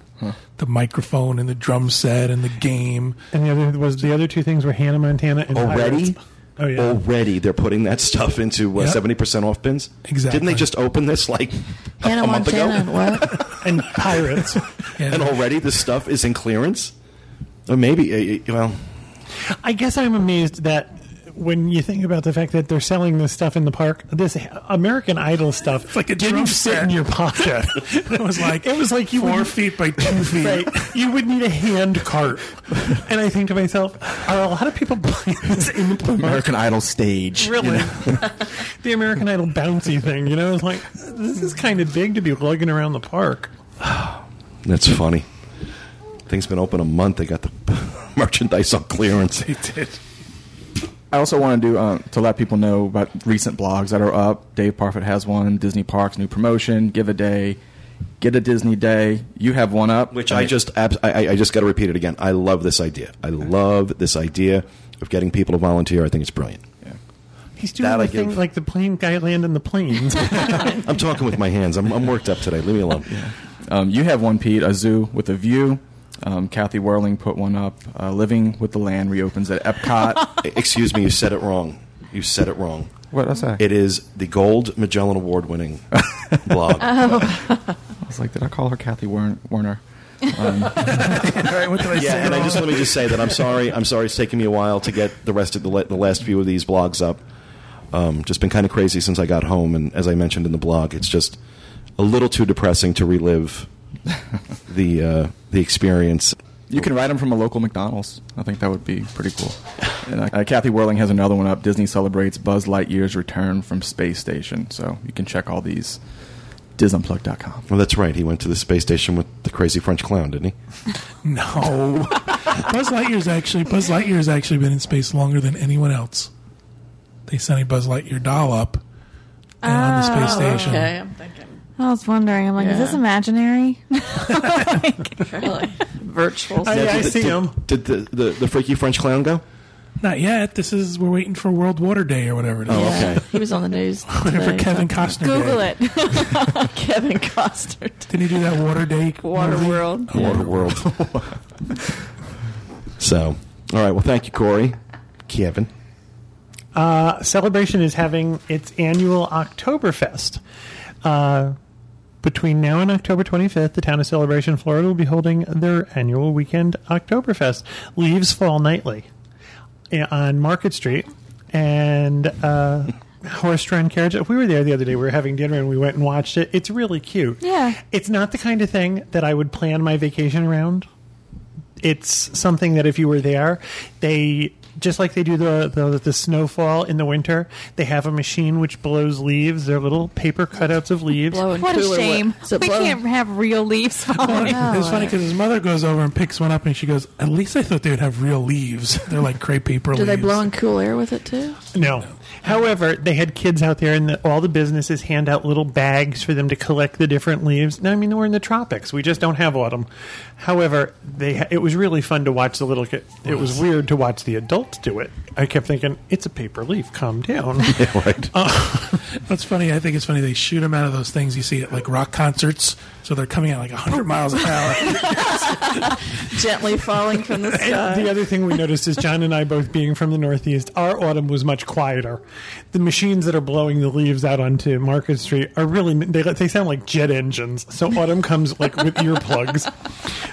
S2: The microphone and the drum set and the game.
S4: And the other was the other two things were Hannah Montana and
S1: already.
S4: Pirates. Oh yeah.
S1: Already, they're putting that stuff into
S2: Yep.
S1: seventy percent off bins.
S2: Exactly.
S1: Didn't they just open this like a,
S6: Hannah
S1: a month
S6: Montana and
S1: ago?
S6: what?
S4: And Pirates.
S2: Yeah,
S1: And already this stuff is in clearance. Or maybe, uh, uh, well,
S4: I guess I'm amazed that when you think about the fact that they're selling this stuff in the park, this American Idol stuff
S2: like a
S4: didn't
S2: drum
S4: fit
S2: set.
S4: in your pocket.
S2: it was like
S4: It was like you
S2: four
S4: wouldn't-
S2: feet by two feet.
S4: Right. You would need a hand cart. And I think to myself, are a lot of people buying this in the park?
S3: American Idol stage.
S4: Really? the American Idol bouncy thing, you know? It's like, this is kind of big to be lugging around the park.
S1: that's funny. Thing's been open a month. They got the merchandise on clearance.
S2: They did.
S3: I also want to do um, to let people know about recent blogs that are up. Dave Parfit has one. Disney Parks new promotion. Give a day. Get a Disney day. You have one up,
S1: Which I just, abs- I, I- I just got to repeat it again. I love this idea. I love this idea of getting people to volunteer. I think it's brilliant.
S4: He's doing
S1: That I
S4: the thing
S1: give.
S4: like the plane guy landing the plane.
S1: I'm talking with my hands. I'm, I'm worked up today. Leave me alone.
S3: Um, you have one, Pete. A zoo with a view. Um, Kathy Whirling put one up. Uh, Living with the Land reopens at Epcot.
S1: Excuse me. You said it wrong. You said it wrong.
S3: what did I say?
S1: It is the Gold Magellan Award winning blog.
S3: I was like, did I call her Kathy Warn- Warner? Um,
S1: yeah, and I just let me just say that I'm sorry. I'm sorry. It's taken me a while to get the rest of the, la- the last few of these blogs up. Um, just been kind of crazy since I got home, and as I mentioned in the blog, it's just a little too depressing to relive the uh, the experience.
S3: You can ride them from a local McDonald's. I think that would be pretty cool. And uh, Kathy Whirling has another one up. Disney celebrates Buzz Lightyear's return from space station. So you can check all these. DizUnplug.com.
S1: Well, that's right. He went to the space station with the crazy French clown, didn't he?
S2: No, Buzz Lightyear's actually Buzz Lightyear's actually been in space longer than anyone else. They sent a Buzz Lightyear doll up and uh, on the space station.
S6: Oh, Okay, I'm thinking.
S5: I was wondering. I'm like, is
S6: Yeah.
S5: this imaginary?
S6: Really? Virtual.
S2: I, I
S1: did,
S2: see
S1: did,
S2: him.
S1: Did the, the, the freaky French clown go?
S2: Not yet. This is we're waiting for World Water Day or whatever it is.
S1: Oh, okay.
S6: He was on the news.
S2: Waiting for
S6: today.
S2: Kevin Costner.
S5: Google
S2: Day.
S5: it.
S6: Kevin Costner.
S2: Didn't he do that Water Day? movie?
S6: Waterworld.
S1: Waterworld. so, all right. Well, thank you, Corey. Kevin.
S4: Uh, Celebration is having its annual Oktoberfest. Uh, between now and October 25th, the town of Celebration, Florida will be holding their annual weekend Oktoberfest. Leaves fall nightly i- on Market Street and uh, horse-drawn carriage. We were there the other day. We were having dinner and we went and watched it. It's really cute.
S5: Yeah.
S4: It's not the kind of thing that I would plan my vacation around it's something that if you were there, they just like they do the, the the snowfall in the winter, they have a machine which blows leaves. They're little paper cutouts of leaves.
S6: Blowing
S5: What a
S6: cooler
S5: shame.
S6: wa- Is it
S5: we
S6: blowing-
S5: can't have real leaves falling.
S2: It was funny because his mother goes over and picks one up, and she goes, "At least I thought they would have real leaves. They're like crepe paper
S6: Do
S2: leaves."
S6: they blow in cool air with it too?
S4: No. However, they had kids out there, and the, all the businesses hand out little bags for them to collect the different leaves. Now, I mean, we're in the tropics; we just don't have autumn. However, they ha- it was really fun to watch the little. Ki- it was weird to watch the adults do it. I kept thinking, "It's a paper leaf. Calm down."
S1: Right.
S2: That's funny. I think it's funny. They shoot them out of those things you see at like rock concerts, so they're coming out like 100 miles an hour.
S6: Gently falling from the sky.
S4: And the other thing we noticed is John and I both being from the Northeast, our autumn was much quieter. The machines that are blowing the leaves out onto Market Street are really they, they sound like jet engines. So autumn comes like with earplugs.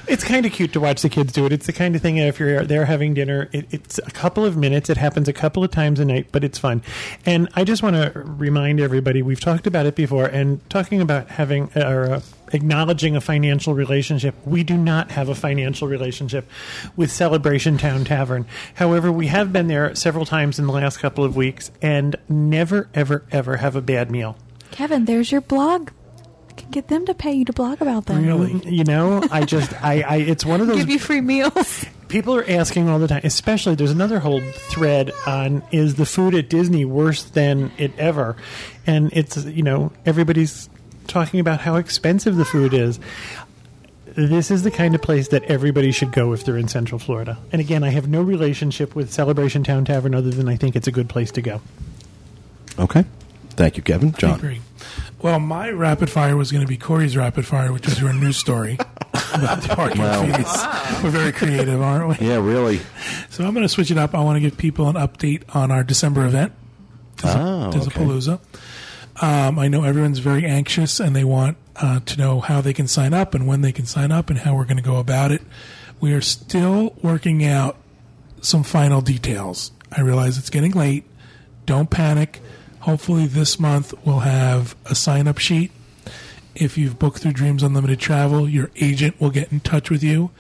S4: It's kind of cute to watch the kids do it. It's the kind of thing if you're there having dinner, it, it's a couple of minutes. It happens a couple of times a night, but it's fun. And I just want to remind everybody we've talked about it before, and talking about having or uh, acknowledging a financial relationship. We do not have a financial relationship with Celebration Town Tavern. However, we have been there several times in the last couple of weeks, and never, ever, ever have a bad meal.
S5: Kevin, there's your blog. I can get them to pay you to blog about them.
S2: Really?
S4: Mm-hmm. You know, I just, I, I, it's one of those
S5: Give you free meals.
S4: people are asking all the time especially there's another whole thread on is the food at disney worse than it ever and it's you know everybody's talking about how expensive the food is this is the kind of place that everybody should go if they're in central florida and again i have no relationship with celebration town tavern other than i think it's a good place to go
S1: okay. Thank you, Kevin.
S2: I
S1: John.
S2: agree. Well, my rapid fire was going to be Corey's rapid fire, which was your news story about the parking fees. We're very creative, aren't we?
S1: Yeah, really.
S2: So I'm going to switch it up. I want to give people an update on our December event,
S1: Oh, okay.
S2: Dizzapalooza. Um, I know everyone's very anxious and they want uh, to know how they can sign up and when they can sign up and how we're going to go about it. We are still working out some final details. I realize it's getting late. Don't panic. Hopefully, this month we'll have a sign up sheet. If you've booked through Dreams Unlimited Travel, your agent will get in touch with you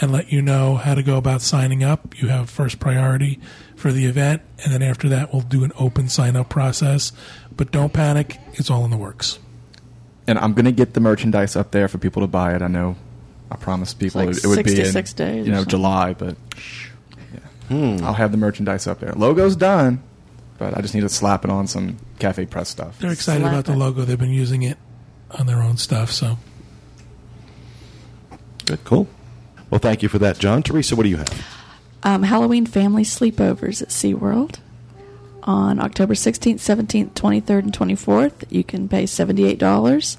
S2: and let you know how to go about signing up. You have first priority for the event, and then after that, we'll do an open sign up process. But don't panic, it's all in the works.
S3: And I'm gonna get the merchandise up there for people to buy it. I know. I promised people
S6: like
S3: it, it would be in
S6: 66 days
S3: you know
S6: or something. Hmm.
S3: July, but yeah. I'll have the merchandise up there. Logo's done, but I just need to slap it on some cafe press stuff.
S2: They're excited
S6: Slap
S2: about the
S6: it.
S2: logo, they've been using it on their own stuff, so.
S1: Good. Cool. Well, thank you for that, John. Teresa, what do you have?
S6: um, Halloween family sleepovers at SeaWorld on October 16th, 17th, 23rd, and 24th. You can pay $78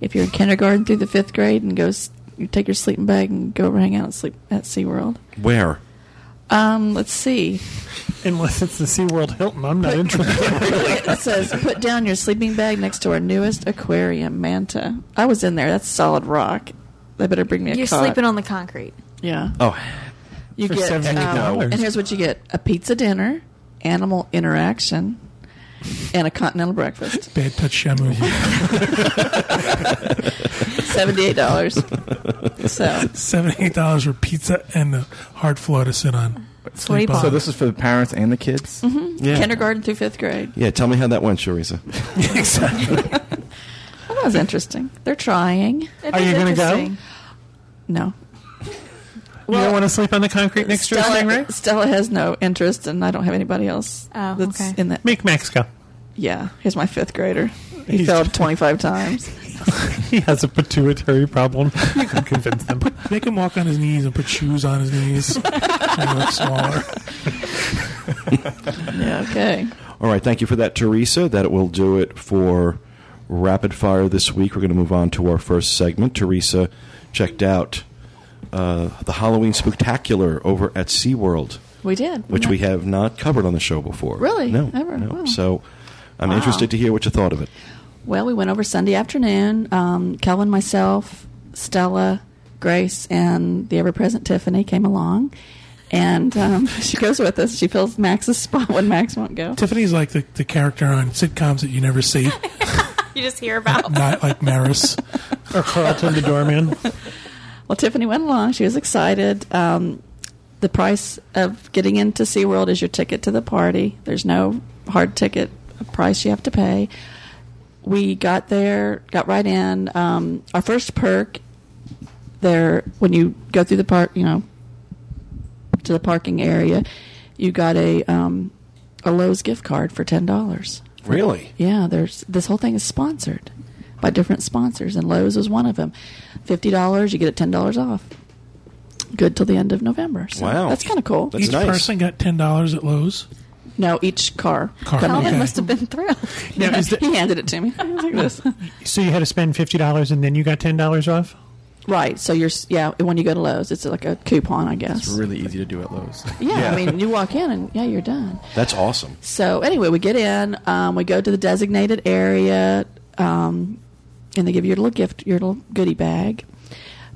S6: if you're in kindergarten through the fifth grade and go. s- You take your sleeping bag and go over hang out and sleep at SeaWorld.
S1: Where?
S6: Um, let's see.
S4: unless it's the seaworld hilton i'm not interested
S6: It says put down your sleeping bag next to our newest aquarium, Manta. I was in there. That's solid rock. They better bring me a
S5: You're
S6: cot.
S5: sleeping on the concrete.
S6: Yeah.
S1: Oh,
S6: You
S4: For
S6: get
S4: $70.
S6: um, and here's what you get: a pizza dinner, animal interaction, and a continental breakfast.
S2: Bad touch Shamu.
S6: Seventy-eight dollars. so
S2: $78 for pizza and a hard floor to sit on.
S5: That's what he bought.
S3: So this is for the parents and the kids.
S1: yeah.
S6: kindergarten through fifth grade.
S1: Yeah, tell me how that went, Teresa.
S6: Well, Oh, that was interesting. They're trying.
S4: Are you
S5: going to
S4: gonna go?
S6: No.
S4: you don't want to sleep on the concrete next to a
S6: Stella,
S4: thing right
S6: Stella has no interest, and I don't have anybody else
S5: Oh,
S6: that's
S5: okay.
S6: in that.
S4: make max go
S6: Yeah, here's my fifth grader. He
S4: He's-
S6: failed 25 times.
S4: he has a pituitary problem. You can convince them.
S2: Make him walk on his knees and put shoes on his knees. and look smaller.
S6: Yeah, okay.
S1: All right, thank you for that, Teresa. That will do it for rapid fire this week. We're going to move on to our first segment. Teresa checked out uh, the Halloween Spectacular over at SeaWorld,
S6: We did.
S1: which we have not covered on the show before.
S6: Really?
S1: No.
S6: Never?
S1: no.
S6: Wow.
S1: So I'm interested to hear what you thought of it.
S6: Well, we went over Sunday afternoon. Um, Kelvin, myself, Stella, Grace, and the ever present Tiffany came along. And um, she goes with us. She fills Max's spot when Max won't go.
S2: Tiffany's like the, the character on sitcoms that you never see,
S5: You just hear about.
S2: not like Maris.
S4: Or Carlton the doorman.
S6: Well, Tiffany went along. She was excited. Um, the price of getting into SeaWorld is your ticket to the party. There's no hard ticket price you have to pay. We got there, got right in. Um, our first perk there, when you go through the park, you know, to the parking area, you got a um, a Lowe's gift card for ten dollars.
S1: Really?
S6: Yeah, there's this whole thing is sponsored by different sponsors, and Lowe's was one of them. Fifty dollars, you get it ten dollars off. Good till the end of November. So
S1: Wow.
S6: that's kind of cool.
S1: That's
S2: Each
S1: nice.
S2: person got ten dollars at Lowe's.
S6: no, each car.
S2: Car.
S6: coming
S5: Calvin
S2: Okay.
S6: in.
S5: must have been thrilled.
S4: Now, is the-
S6: he handed it to me. I was like this.
S4: So you had to spend fifty dollars and then you got ten dollars off.
S6: right. So you're s- yeah. When you go to Lowe's, it's like a coupon, I
S3: It's
S6: guess.
S3: really easy to do at Lowe's.
S6: yeah, I mean, you walk in and yeah, you're done.
S1: That's awesome.
S6: So anyway, we get in. Um, we go to the designated area, um, and they give you your little gift, your little goodie bag.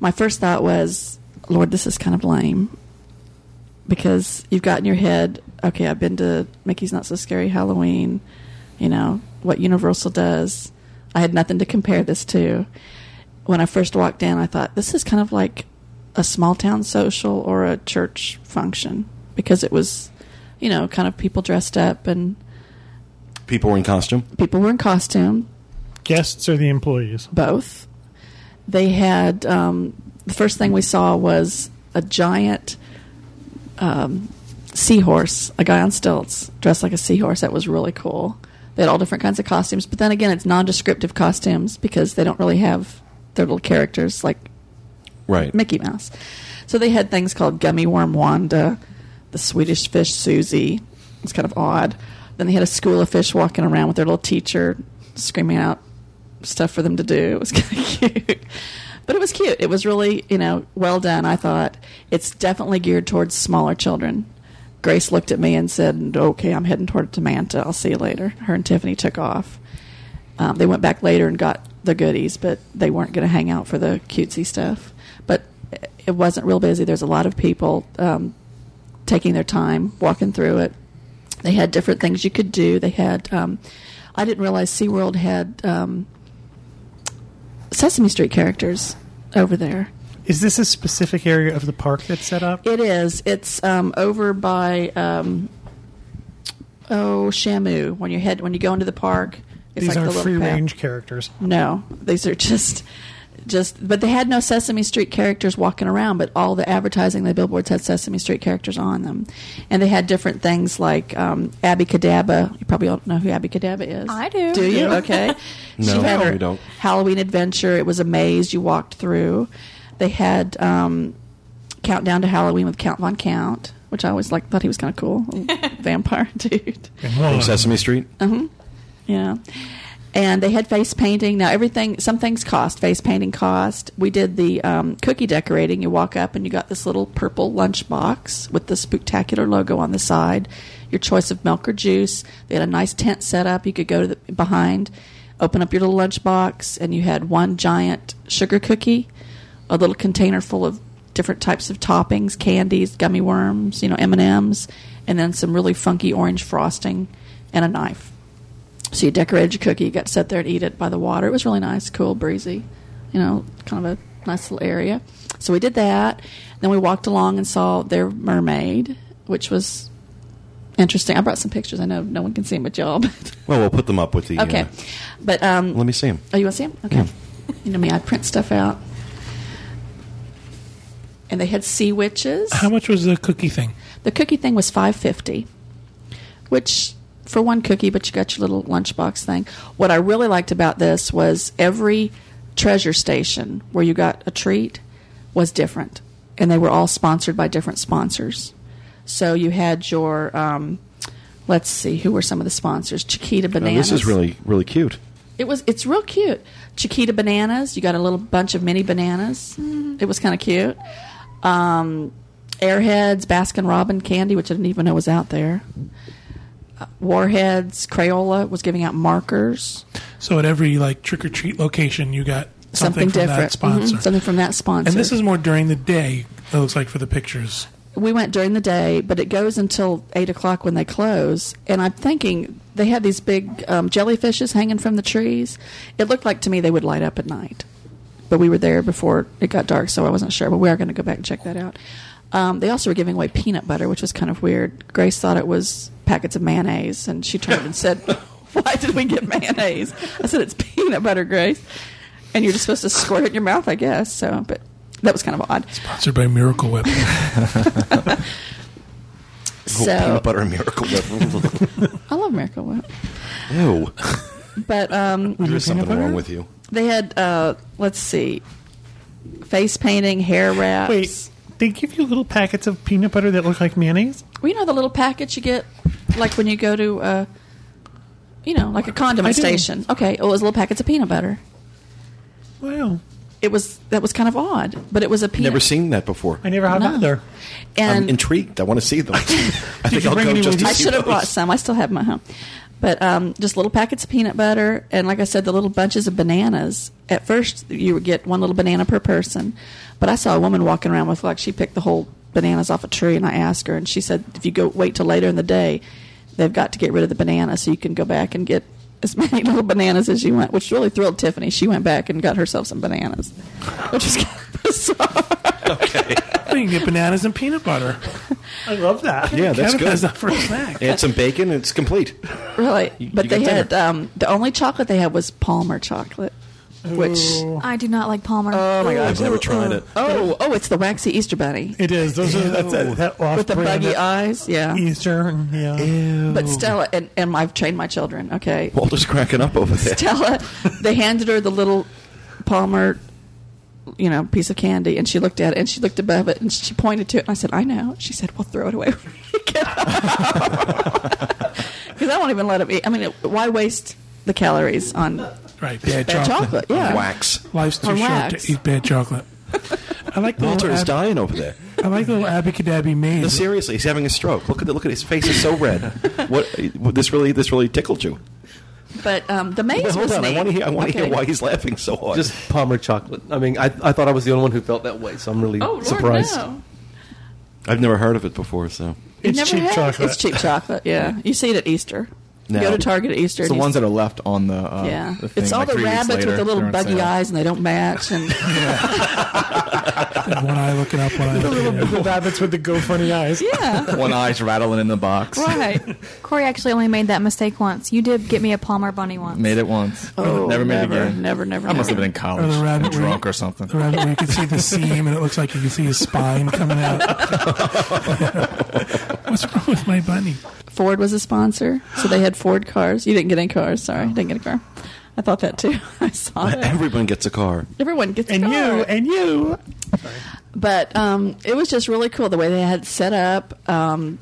S6: My first thought was, Lord, this is kind of lame, because you've got in your head, okay, I've been to Mickey's Not So Scary Halloween, you know what Universal does. I had nothing to compare this to. When I first walked in, I thought this is kind of like a small town social or a church function because it was you know, kind of people dressed up and
S1: People were in costume.
S6: people were in costume,
S4: Guests or the employees?
S6: both. They had, um, the first thing we saw was a giant um, seahorse, a guy on stilts dressed like a seahorse. That was really cool. They had all different kinds of costumes, but then again, it's non-descriptive costumes because they don't really have their little characters like
S1: Right.
S6: Mickey Mouse. So they had things called gummy worm Wanda, the Swedish fish Susie. It's kind of odd. Then they had a school of fish walking around with their little teacher screaming out stuff for them to do. It was kind of cute. But it was cute. It was really, you know, well done, I thought. It's definitely geared towards smaller children. Grace looked at me and said, Okay, I'm heading toward Tamanta. I'll see you later. Her and Tiffany took off. Um, they went back later and got the goodies, but they weren't going to hang out for the cutesy stuff. But it wasn't real busy. There's a lot of people um, taking their time, walking through it. They had different things you could do. They had, um, I didn't realize SeaWorld had um, Sesame Street characters over there.
S4: Is this a specific area of the park that's set up?
S6: It is. It's um, over by um, oh Shamu. When you head when you go into the park, it's
S4: These
S6: like the
S4: aren't
S6: little
S4: free
S6: path.
S4: range characters.
S6: No, these are just just but they had no Sesame Street characters walking around, but all the advertising, the billboards had Sesame Street characters on them, and they had different things like um, Abby Cadabra. You probably don't know who Abby Cadabra is.
S5: I do.
S6: Do you? Okay.
S1: No,
S6: she had
S1: we
S6: her
S1: don't.
S6: Halloween adventure. It was a maze you walked through. They had um, Countdown to Halloween with Count Von Count, which I always like thought he was kind of cool, vampire dude.
S1: From Sesame Street.
S6: Uh-huh. Yeah. And they had face painting. Now everything, some things cost. Face painting cost. We did the um, cookie decorating. You walk up and you got this little purple lunch box with the spectacular logo on the side. Your choice of milk or juice. They had a nice tent set up. You could go to the behind, open up your little lunch box, and you had one giant sugar cookie, a little container full of different types of toppings, candies, gummy worms, you know, M and M's, and then some really funky orange frosting, and a knife. So you decorated your cookie, you got to sit there and eat it by the water. It was really nice, cool, breezy, you know, kind of a nice little area. So we did that. Then we walked along and saw their mermaid, which was interesting. I brought some pictures. I know no one can see them but y'all. But
S1: Well, we'll put them up with the. uh,
S6: okay. But um,
S1: let me see them.
S6: Oh, you want to see them? Okay. You know me, I print stuff out. And they had sea witches.
S2: How much was the cookie thing?
S6: The cookie thing was five fifty, which for one cookie, but you got your little lunchbox thing. What I really liked about this was every treasure station where you got a treat was different, and they were all sponsored by different sponsors. So you had your, um, let's see, who were some of the sponsors? Chiquita
S1: Now,
S6: Bananas.
S1: this is really really cute.
S6: It was. It's real cute. Chiquita bananas. You got a little bunch of mini bananas.
S2: Mm-hmm.
S6: It was kind of cute. Um, Airheads, Baskin Robin candy, which I didn't even know was out there. Uh, Warheads, Crayola was giving out markers.
S2: So at every like trick or treat location, you got
S6: Something,
S2: something, from
S6: different.
S2: that sponsor.
S6: Mhm, Something from that sponsor.
S2: And this is more during the day. It looks like for the pictures.
S6: we went during the day, but it goes until eight o'clock when they close. And I'm thinking they had these big um, jellyfishes hanging from the trees. It looked like to me they would light up at night, but we were there before it got dark, so I wasn't sure. But we are going to go back and check that out. Um, they also were giving away peanut butter, which was kind of weird. Grace thought it was packets of mayonnaise, and she turned and said, "Why did we get mayonnaise?" I said, "It's peanut butter, Grace." And you're just supposed to squirt it in your mouth, I guess. So, but that was kind of odd.
S2: Sponsored by Miracle Whip.
S1: Oh,
S6: So,
S1: peanut butter and miracle whip.
S6: I love Miracle Whip.
S1: Ew,
S6: But um,
S1: there's something
S2: butter?
S1: wrong with you.
S6: they had, uh, let's see, face painting, hair wraps.
S4: Wait, they give you little packets of peanut butter that look like mayonnaise?
S6: Well, you know the little packets you get, like when you go to, uh, you know, like a
S4: I
S6: condiment
S4: do.
S6: station. Okay, it was little packets of peanut butter.
S4: Wow.
S6: It was that was kind of odd, but it was a peanut.
S1: Never seen that before.
S4: I never have
S6: No.
S4: either.
S1: I'm
S6: And
S1: intrigued. I want to see them. I think
S4: you
S1: I'll
S4: bring
S1: go
S4: any
S1: just
S4: with
S1: to
S4: you?
S6: I
S1: see
S6: should have
S1: those.
S6: brought some. I still have my home. But um, just little packets of peanut butter, and like I said, the little bunches of bananas. At first, you would get one little banana per person. But I saw a woman walking around with, like, she picked the whole bananas off a tree, and I asked her, and she said, if you go wait till later in the day, they've got to get rid of the bananas so you can go back and get as many little bananas as you want, which really thrilled Tiffany. She went back and got herself some bananas, which was kind of bizarre.
S2: you can get bananas and peanut butter.
S4: I love that.
S1: Yeah, that's
S2: Kevin has
S1: good.
S2: that for a snack.
S1: Add some bacon. It's complete.
S6: Really, but
S1: you got
S6: they
S1: dinner.
S6: had um, the only chocolate they had was Palmer chocolate, which
S5: I do not like Palmer.
S1: I've never tried it.
S6: oh oh, it's the waxy Easter bunny
S4: It is. Those are that's that, that off
S6: with the buggy eyes, yeah.
S4: Easter. Yeah.
S6: But Stella and, and I've trained my children. Okay,
S1: Walter's cracking up over there.
S6: Stella, they handed her the little Palmer, you know, piece of candy, and she looked at it and she looked above it and she pointed to it, and I said, "I know." She said, "Well, throw it away." Because I won't even let them eat. I mean, it- why waste the calories on
S2: Right, bad,
S6: bad chocolate? Yeah.
S1: Wax.
S2: Life's too
S6: Or
S2: short
S6: wax.
S2: to eat bad chocolate. I like the
S1: Walter
S2: little
S1: is
S2: ab-
S1: dying over there.
S2: I like the little abacadabra
S1: No,
S2: maze.
S1: seriously, he's having a stroke. Look at it. Look at his face. is so red. What? This really, this really tickled you.
S6: But um, the maze
S1: Wait, hold
S6: was
S1: on. I
S6: neat.
S1: want to hear. I want to
S6: Okay.
S1: hear why he's laughing so hard.
S7: Just Palmer chocolate. I mean, I, I thought I was the only one who felt that way, so I'm really
S6: Oh, Lord,
S7: surprised.
S6: no.
S1: I've never heard of it before. So
S6: You
S4: It's
S6: never
S4: cheap
S6: had-
S4: chocolate.
S6: It's cheap chocolate. Yeah, you see it at Easter.
S1: No.
S6: You go to Target at Easter.
S3: It's the
S6: and you-
S3: ones that are left on the. Uh,
S6: yeah,
S3: the thing,
S6: it's all
S3: like
S6: the
S3: three weeks
S6: rabbits
S3: later,
S6: with the little
S3: they're on
S6: buggy
S3: sale.
S6: eyes, and they don't match. And
S2: One eye looking up, one
S4: The
S2: eye looking
S4: little
S2: down.
S4: the rabbits with the go funny eyes.
S6: yeah,
S3: One eye's rattling in the box.
S6: right.
S5: Corey actually only made that mistake once. You did get me a Palmer bunny once.
S3: Made it once. never made
S6: Oh, never,
S3: it again.
S6: Never, never.
S3: I must have
S6: never.
S3: been in
S2: Or
S3: college,
S2: the rabbit
S3: and
S2: where you-
S3: drunk or something.
S2: The rabbit where you can see the seam, and it looks like you can see his spine coming out. What's wrong with my bunny?
S6: Ford was a sponsor, so they had Ford cars. You didn't get any cars. Sorry, didn't get a car. I thought that too. I saw it.
S1: everyone gets a car.
S6: Everyone gets a
S4: And you
S6: car.
S4: and you.
S6: but um, it was just really cool the way they had it set up. Um,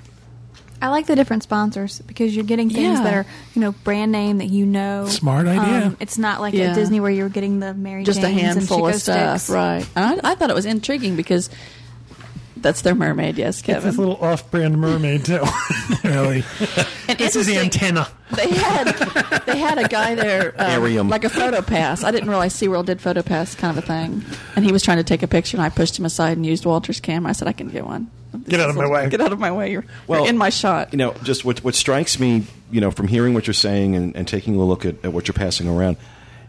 S5: I like the different sponsors because you're getting things
S6: Yeah.
S5: that are, you know, brand name that you know. Um,
S2: Smart idea.
S5: it's not like
S6: Yeah.
S5: at Disney where you're getting the Mary
S6: just a
S5: Janes
S6: handful
S5: and
S6: of
S5: Chico
S6: stuff,
S5: sticks.
S6: right? And I, I thought it was intriguing because that's their mermaid. Yes,
S4: It's
S6: Kevin.
S4: this little off brand mermaid too.
S2: Really?
S6: And
S4: this is the
S6: interesting-
S4: antenna.
S6: They had they had a guy there, um,
S1: Arium.
S6: like a photo pass. I didn't realize SeaWorld did photo pass kind of a thing, and he was trying to take a picture, and I pushed him aside and used Walter's camera. I said, "I can get one.
S4: Get out of my way.
S6: Get out of my way. You're,
S1: Well,
S6: you're in my shot."
S1: You know, just what what strikes me, you know, from hearing what you're saying and, and taking a look at, at what you're passing around,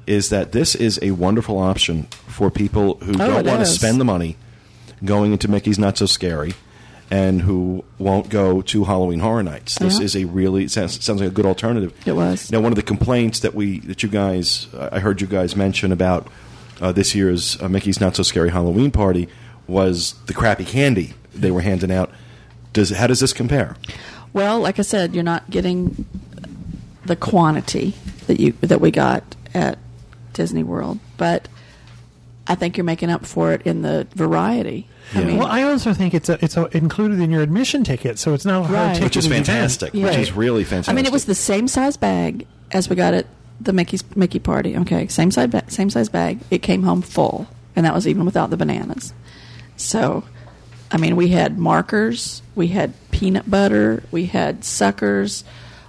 S1: is that this is a wonderful option for people who don't
S6: Oh, it
S1: want to
S6: is.
S1: spend the money going into Mickey's Not So Scary and who won't go to Halloween Horror Nights. This
S6: Yeah.
S1: is a really it sounds, sounds like a good alternative.
S6: It was.
S1: Now, one of the complaints that we that you guys I heard you guys mention about uh, this year's uh, Mickey's Not So Scary Halloween party was the crappy candy they were handing out. Does how does this compare?
S6: Well, like I said, you're not getting the quantity that you that we got at Disney World, but I think you're making up for it in the variety. I
S1: Yeah.
S6: mean,
S4: Well, I also think it's a, it's a, included in your admission ticket, so it's not a hard
S6: Right.
S4: ticket
S1: which is
S4: to defend.
S1: fantastic. Which
S6: Right.
S1: is really fantastic.
S6: I mean, it was the same size bag as we got at the Mickey's Mickey party. Okay, same size ba- same size bag. It came home full, and that was even without the bananas. So, I mean, we had markers, we had peanut butter, we had suckers,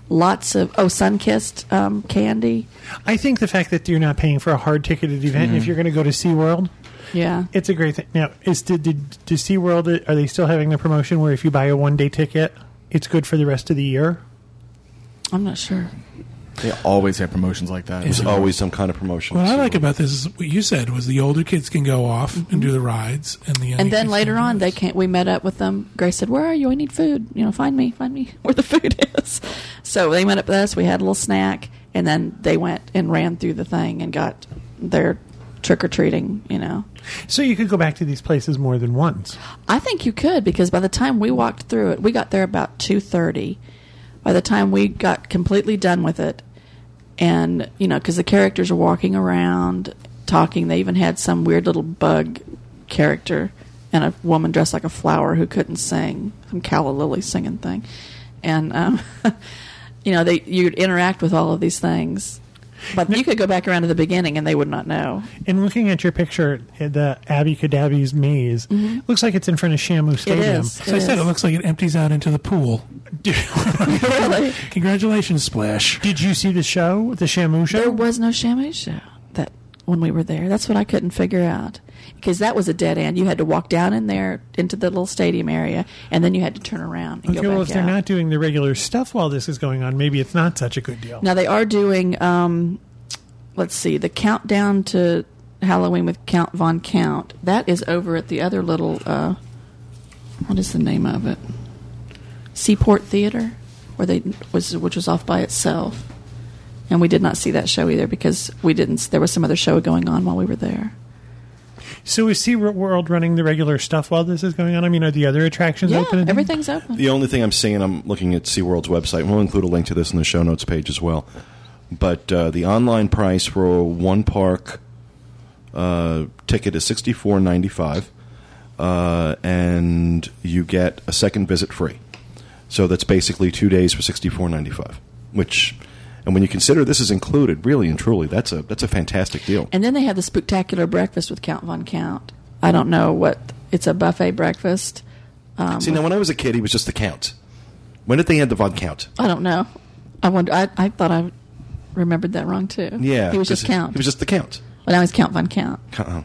S6: lots of oh sun-kissed um, candy.
S4: I think the fact that you're not paying for a hard ticketed event if you're going to go to SeaWorld,
S6: Yeah,
S4: it's a great thing. Now, is did, did, did SeaWorld are they still having the promotion where if you buy a one day ticket, it's good for the rest of the year?
S6: I'm not sure.
S3: They always have promotions like that.
S1: There's always some kind of promotion.
S2: What I
S1: So-
S2: like about this is what you said was the older kids can go off and do the rides, and the younger
S6: And then
S2: kids
S6: later
S2: can do
S6: on, they
S2: this.
S6: can't. We met up with them. Grace said, "Where are you? I need food. You know, find me, find me where the food is." So they met up with us. We had a little snack, and then they went and ran through the thing and got their trick or treating. You know,
S4: So you could go back to these places more than once.
S6: I think you could because by the time we walked through it, we got there about two thirty. By the time we got completely done with it, and you know, because the characters are walking around, talking. They even had some weird little bug character and a woman dressed like a flower who couldn't sing, some calla lily singing thing, and um, you know, they you'd interact with all of these things. But you could go back around to the beginning, and they would not know.
S4: And looking at your picture, the Abby Kadabi's maze looks like it's in front of Shamu Stadium.
S6: Mm-hmm. is.
S2: So I said it
S6: Yes.
S2: looks like it empties out into the pool.
S6: Really,
S2: Congratulations, Splash.
S4: Did you see the show, the Shamu show?
S6: There was no Shamu show that when we were there. That's what I couldn't figure out because that was a dead end. You had to walk down in there into the little stadium area, and then you had to turn around and
S4: okay,
S6: go
S4: well,
S6: back
S4: if they're
S6: out.
S4: not doing the regular stuff while this is going on, maybe it's not such a good deal.
S6: now they are doing. Um, let's see, the countdown to Halloween with Count Von Count. That is over at the other little. Uh, what is the name of it? Seaport Theater, where they was which was off by itself, and we did not see that show either because we didn't. There was some other show going on while we were there.
S4: So is SeaWorld running the regular stuff while this is going on? I mean, are the other attractions
S6: Yeah,
S4: open? and-
S6: everything's open.
S1: The only thing I'm seeing, I'm looking at SeaWorld's website, and we'll include a link to this in the show notes page as well. But uh, the online price for a one park uh, ticket is sixty four ninety five, uh, and you get a second visit free. So that's basically two days for sixty four ninety five. Which, and when you consider this is included, really and truly, that's a that's a fantastic deal.
S6: And then they have the spectacular breakfast with Count Von Count. I don't know what it's a buffet breakfast.
S1: See, now when I was a kid, he was just the count. When did they add the von count?
S6: I don't know. I wonder. I, I thought I remembered that wrong too.
S1: Yeah,
S6: he was just
S1: 'cause
S6: Count.
S1: He was just the count.
S6: well, now he's Count Von Count.
S1: Uh-uh.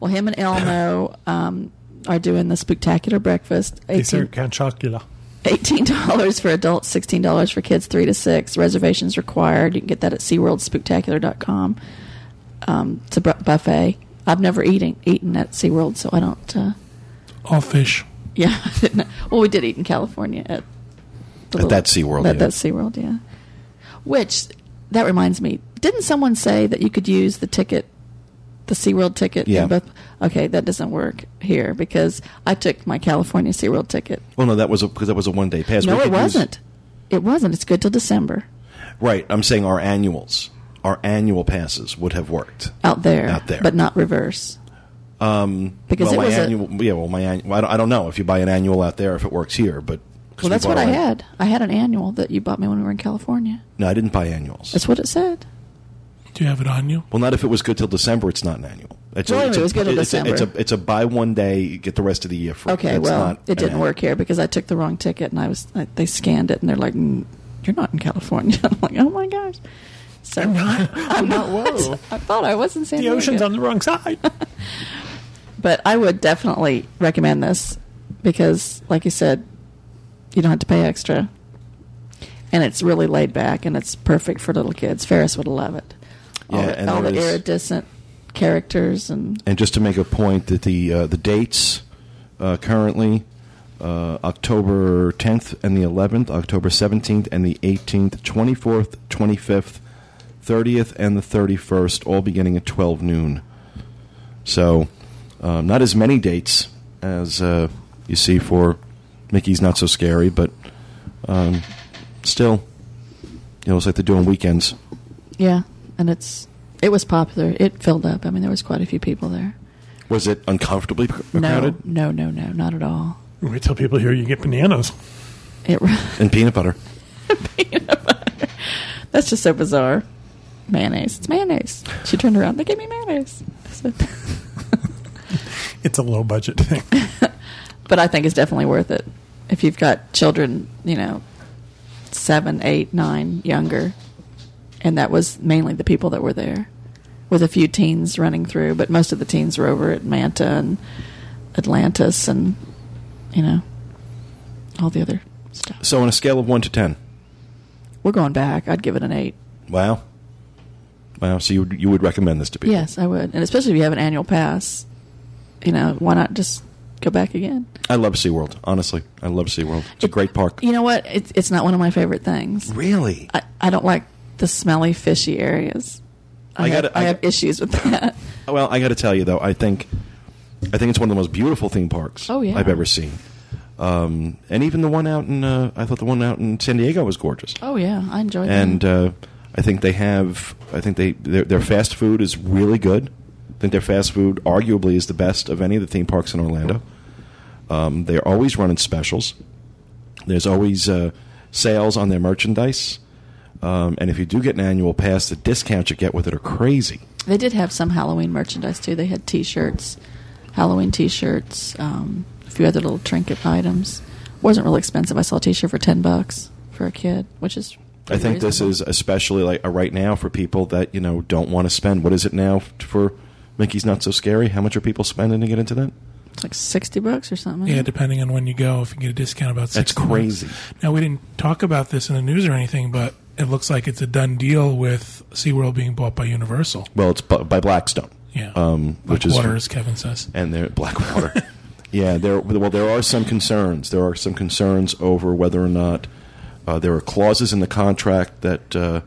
S6: Well, him and Elmo um, are doing the spectacular breakfast.
S4: They serve
S6: 18
S4: Count Chocula.
S6: Eighteen dollars for adults, sixteen dollars for kids three to six. Reservations required. You can get that at SeaWorldSpectacular.com. Um, it's a bu- buffet. I've never eating eaten at SeaWorld, so I don't. Uh,
S2: All fish.
S6: yeah, I didn't. know. Well, we did eat in California at the
S1: At that SeaWorld,
S6: At
S1: yeah.
S6: that SeaWorld, yeah. Which that reminds me, didn't someone say that you could use the ticket, the SeaWorld ticket? in
S1: Yeah.
S6: both- okay, that doesn't work here because I took my California SeaWorld ticket.
S1: Well, Oh, no, that was because that was a one day pass.
S6: no,
S1: We
S6: it
S1: could use-
S6: wasn't. It wasn't. It's good till December.
S1: right, I'm saying our annuals, our annual passes would have worked.
S6: out there,
S1: Out there.
S6: but not reverse. Um, because
S1: well,
S6: it
S1: my
S6: was a-
S1: annual, yeah, well, my annual. I don't, I don't know if you buy an annual out there if it works here, but 'cause
S6: well,
S1: we
S6: that's
S1: bought
S6: what I
S1: our-
S6: had. I had an annual that you bought me when we were in California.
S1: No, I didn't buy annuals.
S6: That's what it said.
S2: Do you have it on you?
S1: well, not if it was good till December. It's not an annual. It's
S6: Well, it was good till
S1: it's a- it's
S6: December.
S1: a it's a buy one day, you get the rest of the year free.
S6: Okay,
S1: That's
S6: well,
S1: not
S6: it
S1: an
S6: didn't
S1: annual.
S6: work here because I took the wrong ticket and I was I, they scanned it and they're like, "Mm, "You're not in California." I'm like, "Oh my gosh!" So I'm not. I'm not. Whoa. I thought I was in San
S4: The
S6: Diego.
S4: ocean's on the wrong side.
S6: but I would definitely recommend this because, like you said, you don't have to pay extra, and it's really laid back and it's perfect for little kids. Ferris would love it. All
S1: Yeah,
S6: the,
S1: and
S6: all
S1: there
S6: the
S1: is-
S6: iridescent characters and
S1: And just to make a point that the uh, the dates uh, currently uh, October 10th and the 11th, October 17th and the 18th, 24th, 25th, 30th, and the 31st, all beginning at 12 noon. So, uh, not as many dates as uh, you see for Mickey's Not So Scary, but um, still, you know, it's like they're doing weekends.
S6: yeah, and it's It was popular. It filled up. I mean, there was quite a few people there.
S1: Was it uncomfortably cr- crowded?
S6: No, no, no, no, not at all.
S2: Wait till people hear you get bananas.
S6: It
S1: And peanut butter.
S6: that's just so bizarre. Mayonnaise. It's mayonnaise. She turned around. They gave me mayonnaise. So-
S2: It's a low budget thing.
S6: but I think it's definitely worth it if you've got children. You know, seven, eight, nine, younger, and that was mainly the people that were there, with a few teens running through. But most of the teens were over at Manta and Atlantis, and you know, all the other stuff.
S1: So on a scale of one to ten.
S6: We're going back. I'd give it an eight.
S1: Wow. Wow. So you you would recommend this to people?
S6: Yes, I would. And especially if you have an annual pass, you know, why not just go back again?
S1: I love SeaWorld. Honestly, I love SeaWorld. It's a great park.
S6: You know what? It's, it's not one of my favorite things.
S1: Really?
S6: I, I don't like the smelly, fishy areas. I,
S1: I
S6: have,
S1: gotta-
S6: I
S1: I-
S6: have issues with that.
S1: Well, I got to tell you though, I think I think it's one of the most beautiful theme parks
S6: Oh, yeah.
S1: I've ever seen. Um, and even the one out in uh, I thought the one out in San Diego was gorgeous.
S6: Oh, yeah. I enjoy that.
S1: And uh, I think they have I think they their, their fast food is really good. I think their fast food arguably is the best of any of the theme parks in Orlando. Um, they're always running specials. There's always uh, sales on their merchandise. Um, and if you do get an annual pass, the discounts you get with it are crazy.
S6: They did have some Halloween merchandise, too. They had t shirts, Halloween t shirts, um, a few other little trinket items. Wasn't really expensive. I saw a t shirt for 10 bucks for a kid, which is.
S1: I think this
S6: reasonable.
S1: is especially like a right now for people that you know don't want to spend. What is it now f- for Mickey's Not So Scary? How much are people spending to get into that?
S6: It's like 60 bucks or something.
S2: yeah, depending on when you go, if you get a discount about
S1: That's
S2: 60 bucks.
S1: crazy.
S2: Now, we didn't talk about this in the news or anything, but it looks like it's a done deal with SeaWorld being bought by Universal.
S1: Well, it's bu- by Blackstone.
S2: Yeah.
S1: Um,
S2: Like
S1: which is
S2: water, as Kevin says.
S1: and they're Blackwater. yeah, there. Well, there are some concerns. There are some concerns over whether or not uh, there are clauses in the contract that uh,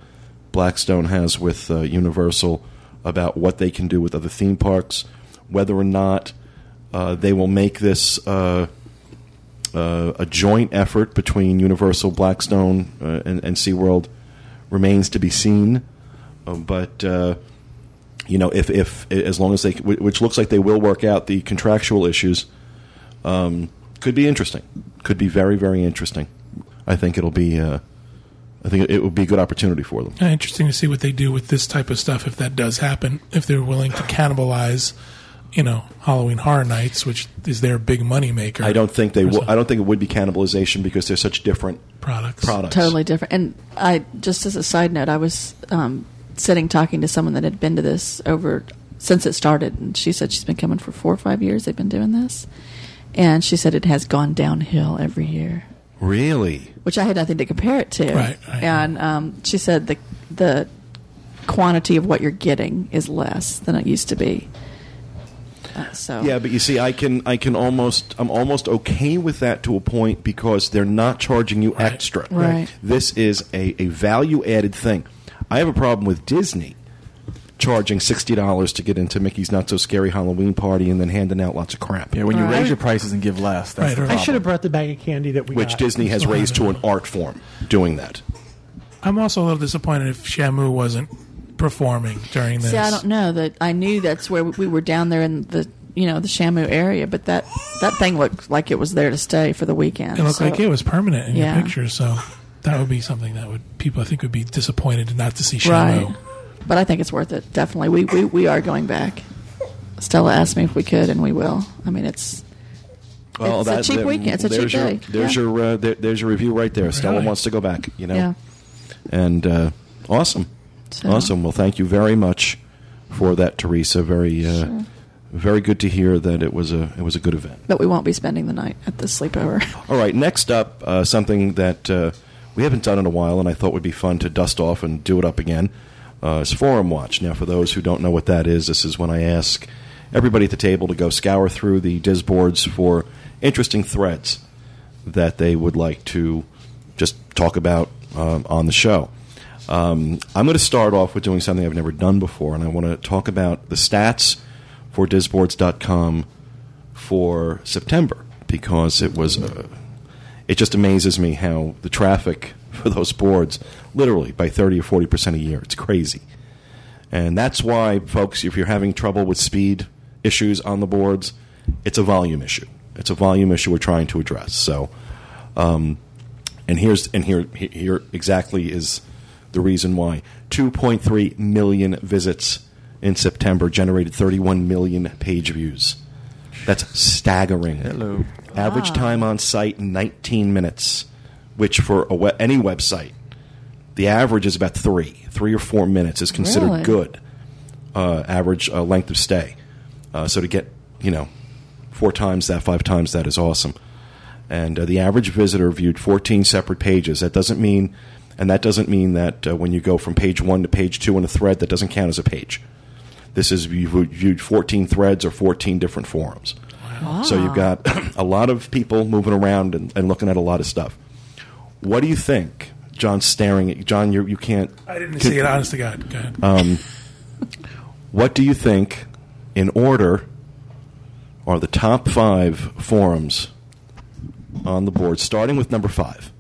S1: Blackstone has with uh, Universal about what they can do with other theme parks, whether or not uh, they will make this. Uh, uh, a joint effort between Universal, Blackstone, uh, and, and SeaWorld remains to be seen. Uh, but uh, you know, if if as long as they, wh- which looks like they will work out the contractual issues, um, could be interesting. Could be very very interesting. I think it'll be. Uh, I think it would be a good opportunity for them.
S2: Uh, interesting to see what they do with this type of stuff if that does happen. If they're willing to cannibalize, you know, Halloween Horror Nights, which is their big money maker.
S1: I don't think they. W- I don't think it would be cannibalization because they're such different
S2: products.
S1: products.
S6: totally different. And I just as a side note, I was um, sitting talking to someone that had been to this over since it started, and she said she's been coming for four or five years. They've been doing this, and she said it has gone downhill every year,
S1: Really.
S6: which I had nothing to compare it to.
S2: Right, right.
S6: And um, she said the the quantity of what you're getting is less than it used to be. Uh, so
S1: Yeah, but you see, I can I can almost I'm almost okay with that to a point because they're not charging you extra.
S6: Right.
S1: This is a, a value added thing. I have a problem with Disney charging sixty dollars to get into Mickey's Not So Scary Halloween Party and then handing out lots of crap.
S3: Yeah, when you
S6: Right.
S3: raise your prices and give less, that's
S2: Right,
S3: the
S2: right.
S4: I
S3: problem.
S4: should have brought the bag of candy that we
S1: Which
S4: got.
S1: Disney has raised to an art form doing that.
S2: I'm also a little disappointed if Shamu wasn't performing during this.
S6: See, I don't know that I knew that's where we were down there in the you know the Shamu area, but that that thing looked like it was there to stay for the weekend.
S2: It looked
S6: so-
S2: like it was permanent in
S6: Yeah.
S2: your picture, so that would be something that would people I think would be disappointed not to see Shamu.
S6: right. But I think it's worth it. Definitely, we, we we are going back. Stella asked me if we could, and we will. I mean, it's It's a cheap
S1: there-
S6: weekend. It's a cheap
S1: there's your,
S6: day.
S1: There's
S6: Yeah.
S1: your uh, there, there's your review right there. Stella
S2: Really?
S1: wants to go back. You know.
S6: yeah.
S1: and uh, awesome,
S6: So-
S1: awesome. Well, thank you very much for that, Teresa. Very, uh, very good to hear that it was a it was a good event.
S6: But we won't be spending the night at the sleepover.
S1: All right, next up, uh, something that uh, we haven't done in a while, and I thought would be fun to dust off and do it up again. Uh, is Forum Watch. Now, for those who don't know what that is, this is when I ask everybody at the table to go scour through the Diz boards for interesting threads that they would like to just talk about um, on the show. Um, I'm going to start off with doing something I've never done before, and I want to talk about the stats for disboards.com for September because it was. Uh, it just amazes me how the traffic for those boards literally by 30 or 40 percent a year. It's crazy. And that's why, folks, if you're having trouble with speed issues on the boards, it's a volume issue. It's a volume issue we're trying to address. So, um, and here's and here he- here exactly is the reason why 2.3 million visits in September generated 31 million page views. That's staggering.
S3: Hello.
S1: Average time on site 19 minutes, which for a we- any website, the average is about three, three or four minutes is considered
S6: Really?
S1: good uh, average uh, length of stay. Uh, so to get you know four times that, five times that is awesome. And uh, the average visitor viewed 14 separate pages. That doesn't mean, and that doesn't mean that uh, when you go from page one to page two in a thread, that doesn't count as a page. This is you viewed 14 threads or 14 different forums. So you've got a lot of people moving around and, and looking at a lot of stuff. What do you think? John's staring at John. You you can't.
S2: I didn't see it. Honest to God, go ahead.
S1: What do you think, in order, are the top five forums on the board, starting with number five?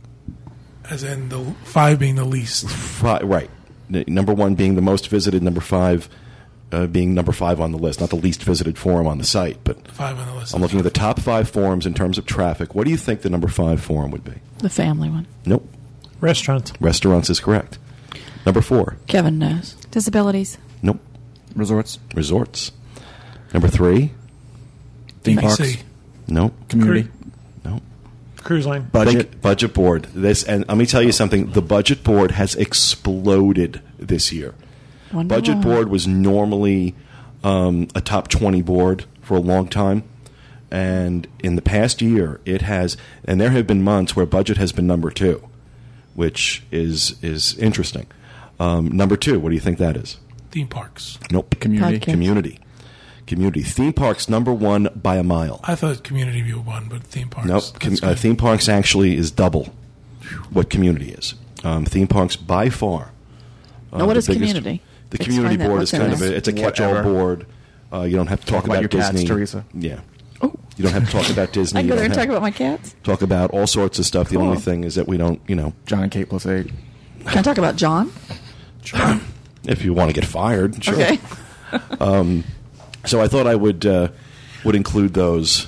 S2: as in the five being the least.
S1: Fi right. N- Number one being the most visited, number five uh, being number five on the list, not the least visited forum on the site. But
S2: Five on the list.
S1: I'm looking at the top five forums in terms of traffic. What do you think the number five forum would be?
S6: The family one.
S1: Nope.
S4: Restaurants.
S1: Restaurants is correct. Number four.
S6: Kevin knows.
S5: Disabilities.
S1: Nope.
S3: Resorts,
S1: Resorts. Number three.
S3: theme
S2: Let me
S3: parks,
S2: see.
S1: Nope.
S3: community,
S1: Nope.
S4: Cruise line.
S3: budget.
S1: Think- budget board. This and let me tell you something. The budget board has exploded this year.
S6: Wonder
S1: Budget
S6: why.
S1: board was normally um, a top twenty board for a long time, and in the past year, it has. And there have been months where budget has been number two, which is is interesting. Um, number two, what do you think that is?
S2: Theme parks.
S1: Nope.
S3: Community.
S6: Podcast.
S1: Community. Community. Theme parks number one by a mile.
S2: I thought community view one, but theme parks.
S1: Nope. Com-
S2: That's
S1: uh,
S2: good.
S1: theme parks actually is double what community is. Um, theme parks by far. uh,
S6: Now, what
S1: the
S6: is
S1: biggest-
S6: community?
S1: The
S6: Explain
S1: community
S6: that.
S1: board
S6: What's
S1: is
S6: in
S1: kind of
S6: there?
S1: a, it's a catch-all
S3: Whatever.
S1: board. Uh, you don't have to talk,
S3: about your cats,
S1: Disney.
S3: Teresa.
S1: Yeah.
S6: Oh.
S1: You don't have to talk about Disney.
S6: I can
S1: You
S6: go there
S1: don't
S6: and talk
S1: have-
S6: about Oh. my cats.
S1: talk about all sorts of stuff. The only
S6: Cool.
S1: thing is that we don't, you know,
S3: John and Kate plus eight.
S6: Can I talk about John?
S1: if you want to get fired, sure.
S6: Okay.
S1: So I thought I would uh, would include those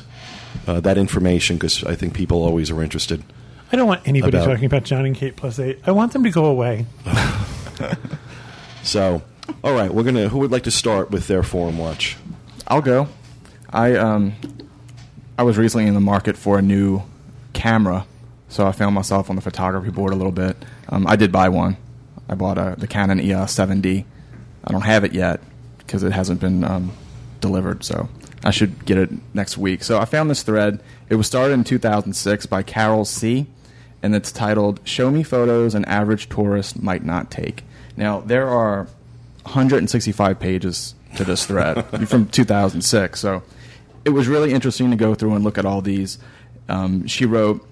S1: uh, that information because I think people always are interested.
S4: I don't want anybody
S1: About-
S4: talking about John and Kate plus eight. I want them to go away.
S1: So, all right, we're gonna. Who would like to start with their forum watch?
S3: I'll go. I um, I was recently in the market for a new camera, so I found myself on the photography board a little bit. Um, I did buy one. I bought a, the Canon E EOS 7D. I don't have it yet because it hasn't been um, delivered, so I should get it next week. So I found this thread. It was started in 2006 by Carol C. And it's titled "Show Me Photos An Average Tourist Might Not Take." Now there are 165 pages to this thread from 2006. So it was really interesting to go through and look at all these. Um, she wrote,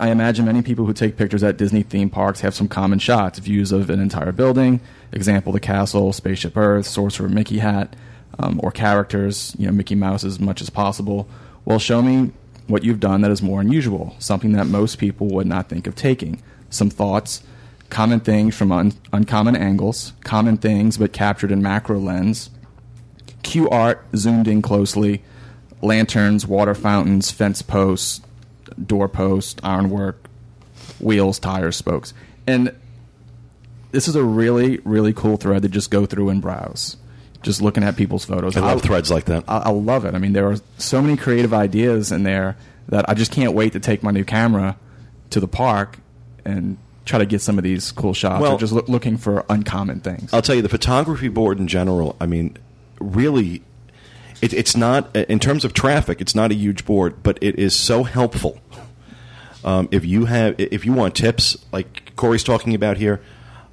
S3: I imagine many people who take pictures at Disney theme parks have some common shots, views of an entire building, example, the castle, Spaceship Earth, Sorcerer Mickey hat, um, or characters, you know, Mickey Mouse as much as possible. Well, show me what you've done that is more unusual, something that most people would not think of taking. Some thoughts, common things from un- uncommon angles, common things but captured in macro lens, Q art zoomed in closely, lanterns, water fountains, fence posts, door posts, ironwork, wheels, tires, spokes. And this is a really, really cool thread to just go through and browse. Just looking at people's photos.
S1: I love
S3: I'll-
S1: threads like that.
S3: I, I love it. I mean, there are so many creative ideas in there that I just can't wait to take my new camera to the park and try to get some of these cool shots.
S1: Well-
S3: Or just loo- looking for uncommon things.
S1: I'll tell you, the photography board in general. I mean, really, it, it's not in terms of traffic. It's not a huge board, but it is so helpful. Um, if you have, if you want tips, like Corey's talking about here,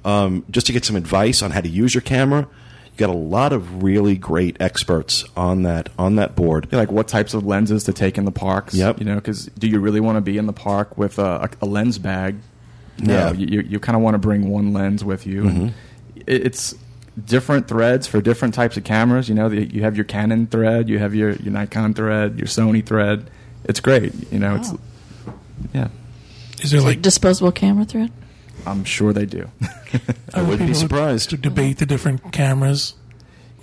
S1: um, just to get some advice on how to use your camera, you got a lot of really great experts on that on that board.
S3: Yeah, like what types of lenses to take in the parks.
S1: Yep.
S3: You know, because do you really want to be in the park with a, a, a lens bag?
S1: Yeah.
S3: No. You, you, kind of want to bring one lens with you. And it, it's different threads for different types of cameras. You know, the, you have your Canon thread, you have your, your Nikon thread, your Sony thread. It's great. You know, it's
S6: Wow.
S3: yeah.
S2: Is there like
S6: Disposable camera thread?
S3: I'm sure they do.
S2: I
S1: wouldn't be surprised.
S2: to debate the different cameras,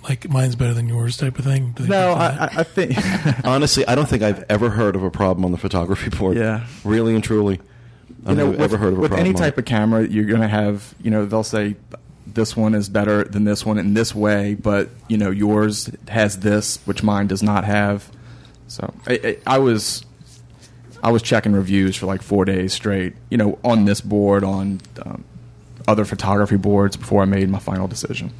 S2: like mine's better than yours type of thing. Do they
S3: no,
S2: do
S3: I,
S2: that?
S3: I- I think.
S1: Honestly, I don't think I've ever heard of a problem on the photography board.
S3: Yeah.
S1: Really and truly. I don't
S3: you know,
S1: think I've
S3: with,
S1: ever heard of a
S3: with
S1: problem.
S3: any
S1: on
S3: type
S1: it.
S3: of camera, you're going to have, you know, they'll say this one is better than this one in this way, but you know, yours has this, which mine does not have. So I, I, I was, I was checking reviews for like four days straight, you know, on this board, on um, other photography boards before I made my final decision.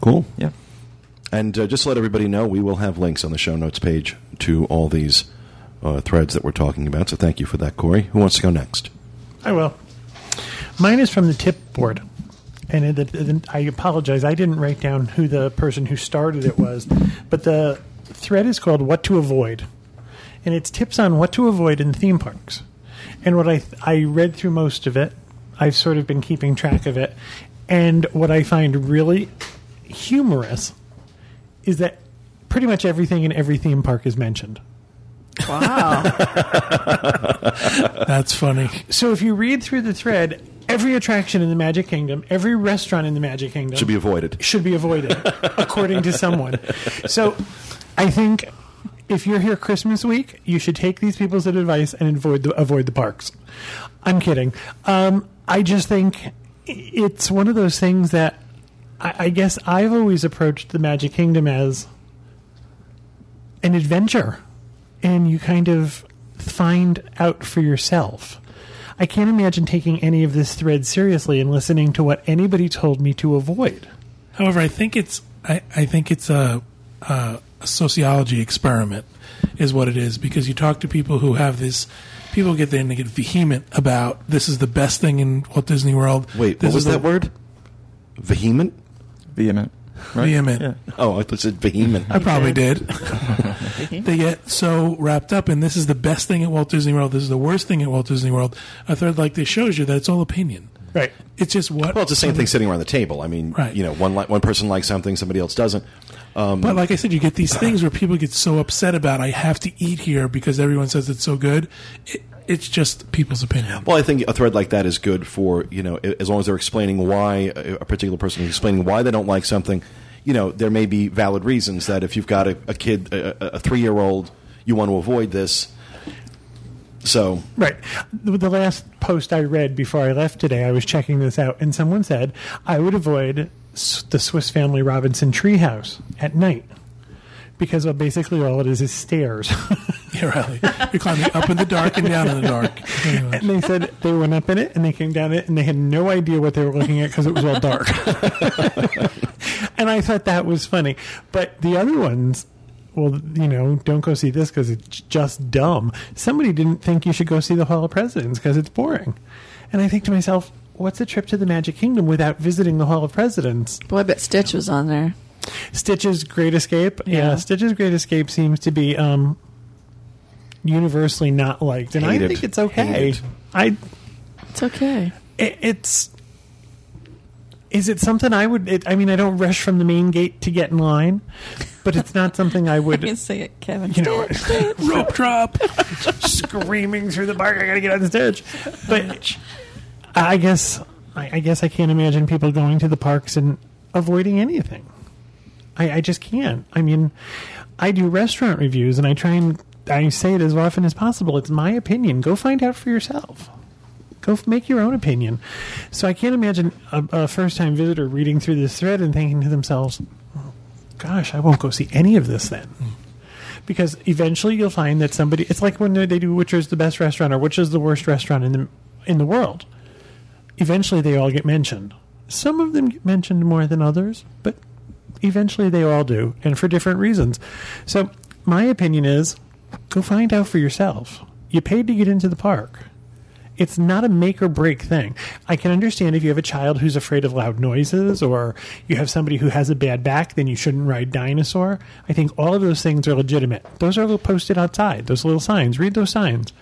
S1: Cool.
S3: Yeah.
S1: And uh, just to let everybody know, we will have links on the show notes page to all these uh, threads that we're talking about. So thank you for that, Corey. Who wants to go next?
S4: I will. Mine is from the tip board. And it, it, it- I apologize. I didn't write down who the person who started it was. But the thread is called What to Avoid. And it's tips on what to avoid in theme parks. And what I, th- I read through most of it, I've sort of been keeping track of it. And what I find really humorous is that pretty much everything in every theme park is mentioned.
S6: Wow.
S2: That's funny.
S4: So if you read through the thread, every attraction in the Magic Kingdom, every restaurant in the Magic Kingdom
S1: Should be avoided.
S4: should be avoided, according to someone. So I think if you're here Christmas week, you should take these people's advice and avoid the, avoid the parks. I'm kidding. Um, I just think it's one of those things that I, I guess I've always approached the Magic Kingdom as an adventure and you kind of find out for yourself. I can't imagine taking any of this thread seriously and listening to what anybody told me to avoid.
S2: However, I think it's I, I think it's a, a, a sociology experiment is what it is because you talk to people who have this. People get there and they get vehement about this is the best thing in Walt Disney World.
S1: Wait,
S2: this
S1: what was
S2: is the
S1: that word? Vehement?
S3: Vehement. Right?
S2: Vehement.
S1: Oh, I thought it said vehement.
S2: I probably did. they get so wrapped up in this is the best thing at Walt Disney World. This is the worst thing at Walt Disney World. A thread like this shows you that it's all opinion.
S4: Right.
S2: It's just what.
S1: Well, it's the same thing sitting around the table. I mean,
S2: Right.
S1: you know, one li- one person likes something, somebody else doesn't. Um,
S2: But like I said, you get these things where people get so upset about I have to eat here because everyone says it's so good. It, it's just people's opinion.
S1: Well, I think a thread like that is good for you know, a- as long as they're explaining why a a particular person is explaining why they don't like something. You know, there may be valid reasons that if you've got a, a kid, a, a three year old, you want to avoid this. So
S4: Right. The, the last post I read before I left today, I was checking this out, and someone said I would avoid s- the Swiss Family Robinson treehouse at night because well, basically all it is is stairs.
S2: yeah, Riley, you're climbing up in the dark and down in the dark. Anyway.
S4: and they said they went up in it and they came down it and they had no idea what they were looking at because it was all dark. and I thought that was funny. But the other ones, well, you know, don't go see this because it's just dumb. Somebody didn't think you should go see the Hall of Presidents because it's boring. And I think to myself, what's a trip to the Magic Kingdom without visiting the Hall of Presidents?
S6: Boy, I bet Stitch was on there.
S4: Stitch's Great Escape. Yeah,
S6: Yeah.
S4: Stitch's Great Escape seems to be um, universally not liked, and I
S1: Hated.
S4: think it's okay.
S1: Hated.
S4: I
S6: It's okay.
S4: it, it's is it something I would? It, I mean, I don't rush from the main gate to get in line, but it's not something I
S6: You can
S4: would
S6: see it, Kevin.
S4: You know-
S2: Rope drop.
S4: screaming through the park. I gotta get on the stage. But I guess I, I guess I can't imagine people going to the parks and avoiding anything. I, I just can't. I mean, I do restaurant reviews, and I try and I say it as often as possible. It's my opinion. Go find out for yourself. Go f- make your own opinion. So I can't imagine a, a first-time visitor reading through this thread and thinking to themselves, "Gosh, I won't go see any of this then." Because eventually you'll find that somebody. It's like when they they do which is the best restaurant or which is the worst restaurant in the in the world. Eventually, they all get mentioned. Some of them get mentioned more than others, but eventually they all do, and for different reasons. So, my opinion is go find out for yourself. You paid to get into the park. It's not a make or break thing. I can understand if you have a child who's afraid of loud noises or you have somebody who has a bad back, then you shouldn't ride dinosaur. I think all of those things are legitimate. Those are little posted outside, those little signs. Read those signs.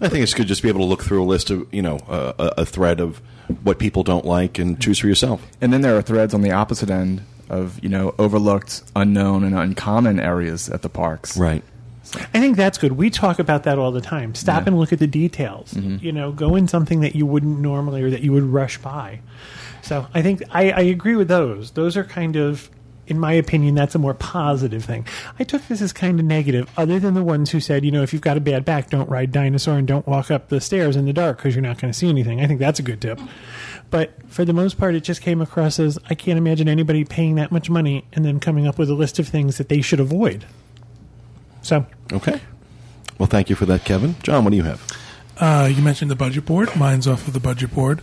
S1: I think it's good just to be able to look through a list of you know uh, a, a thread of what people don't like and choose for yourself.
S3: And then there are threads on the opposite end of you know overlooked, unknown, and uncommon areas at the parks.
S4: I think that's good. We talk about that all the time. Stop and look at the details. You know, go in something that you wouldn't normally or that you would rush by. So I think I, I agree with those. Those are kind of, in my opinion, that's a more positive thing. I took this as kind of negative, other than the ones who said, you know, if you've got a bad back, don't ride dinosaur and don't walk up the stairs in the dark because you're not going to see anything. I think that's a good tip. But for the most part, it just came across as I can't imagine anybody paying that much money and then coming up with a list of things that they should avoid. So
S1: Okay. Well, thank you for that, Kevin. John, what do you have?
S2: Uh, you mentioned the budget board. Mine's off of the budget board.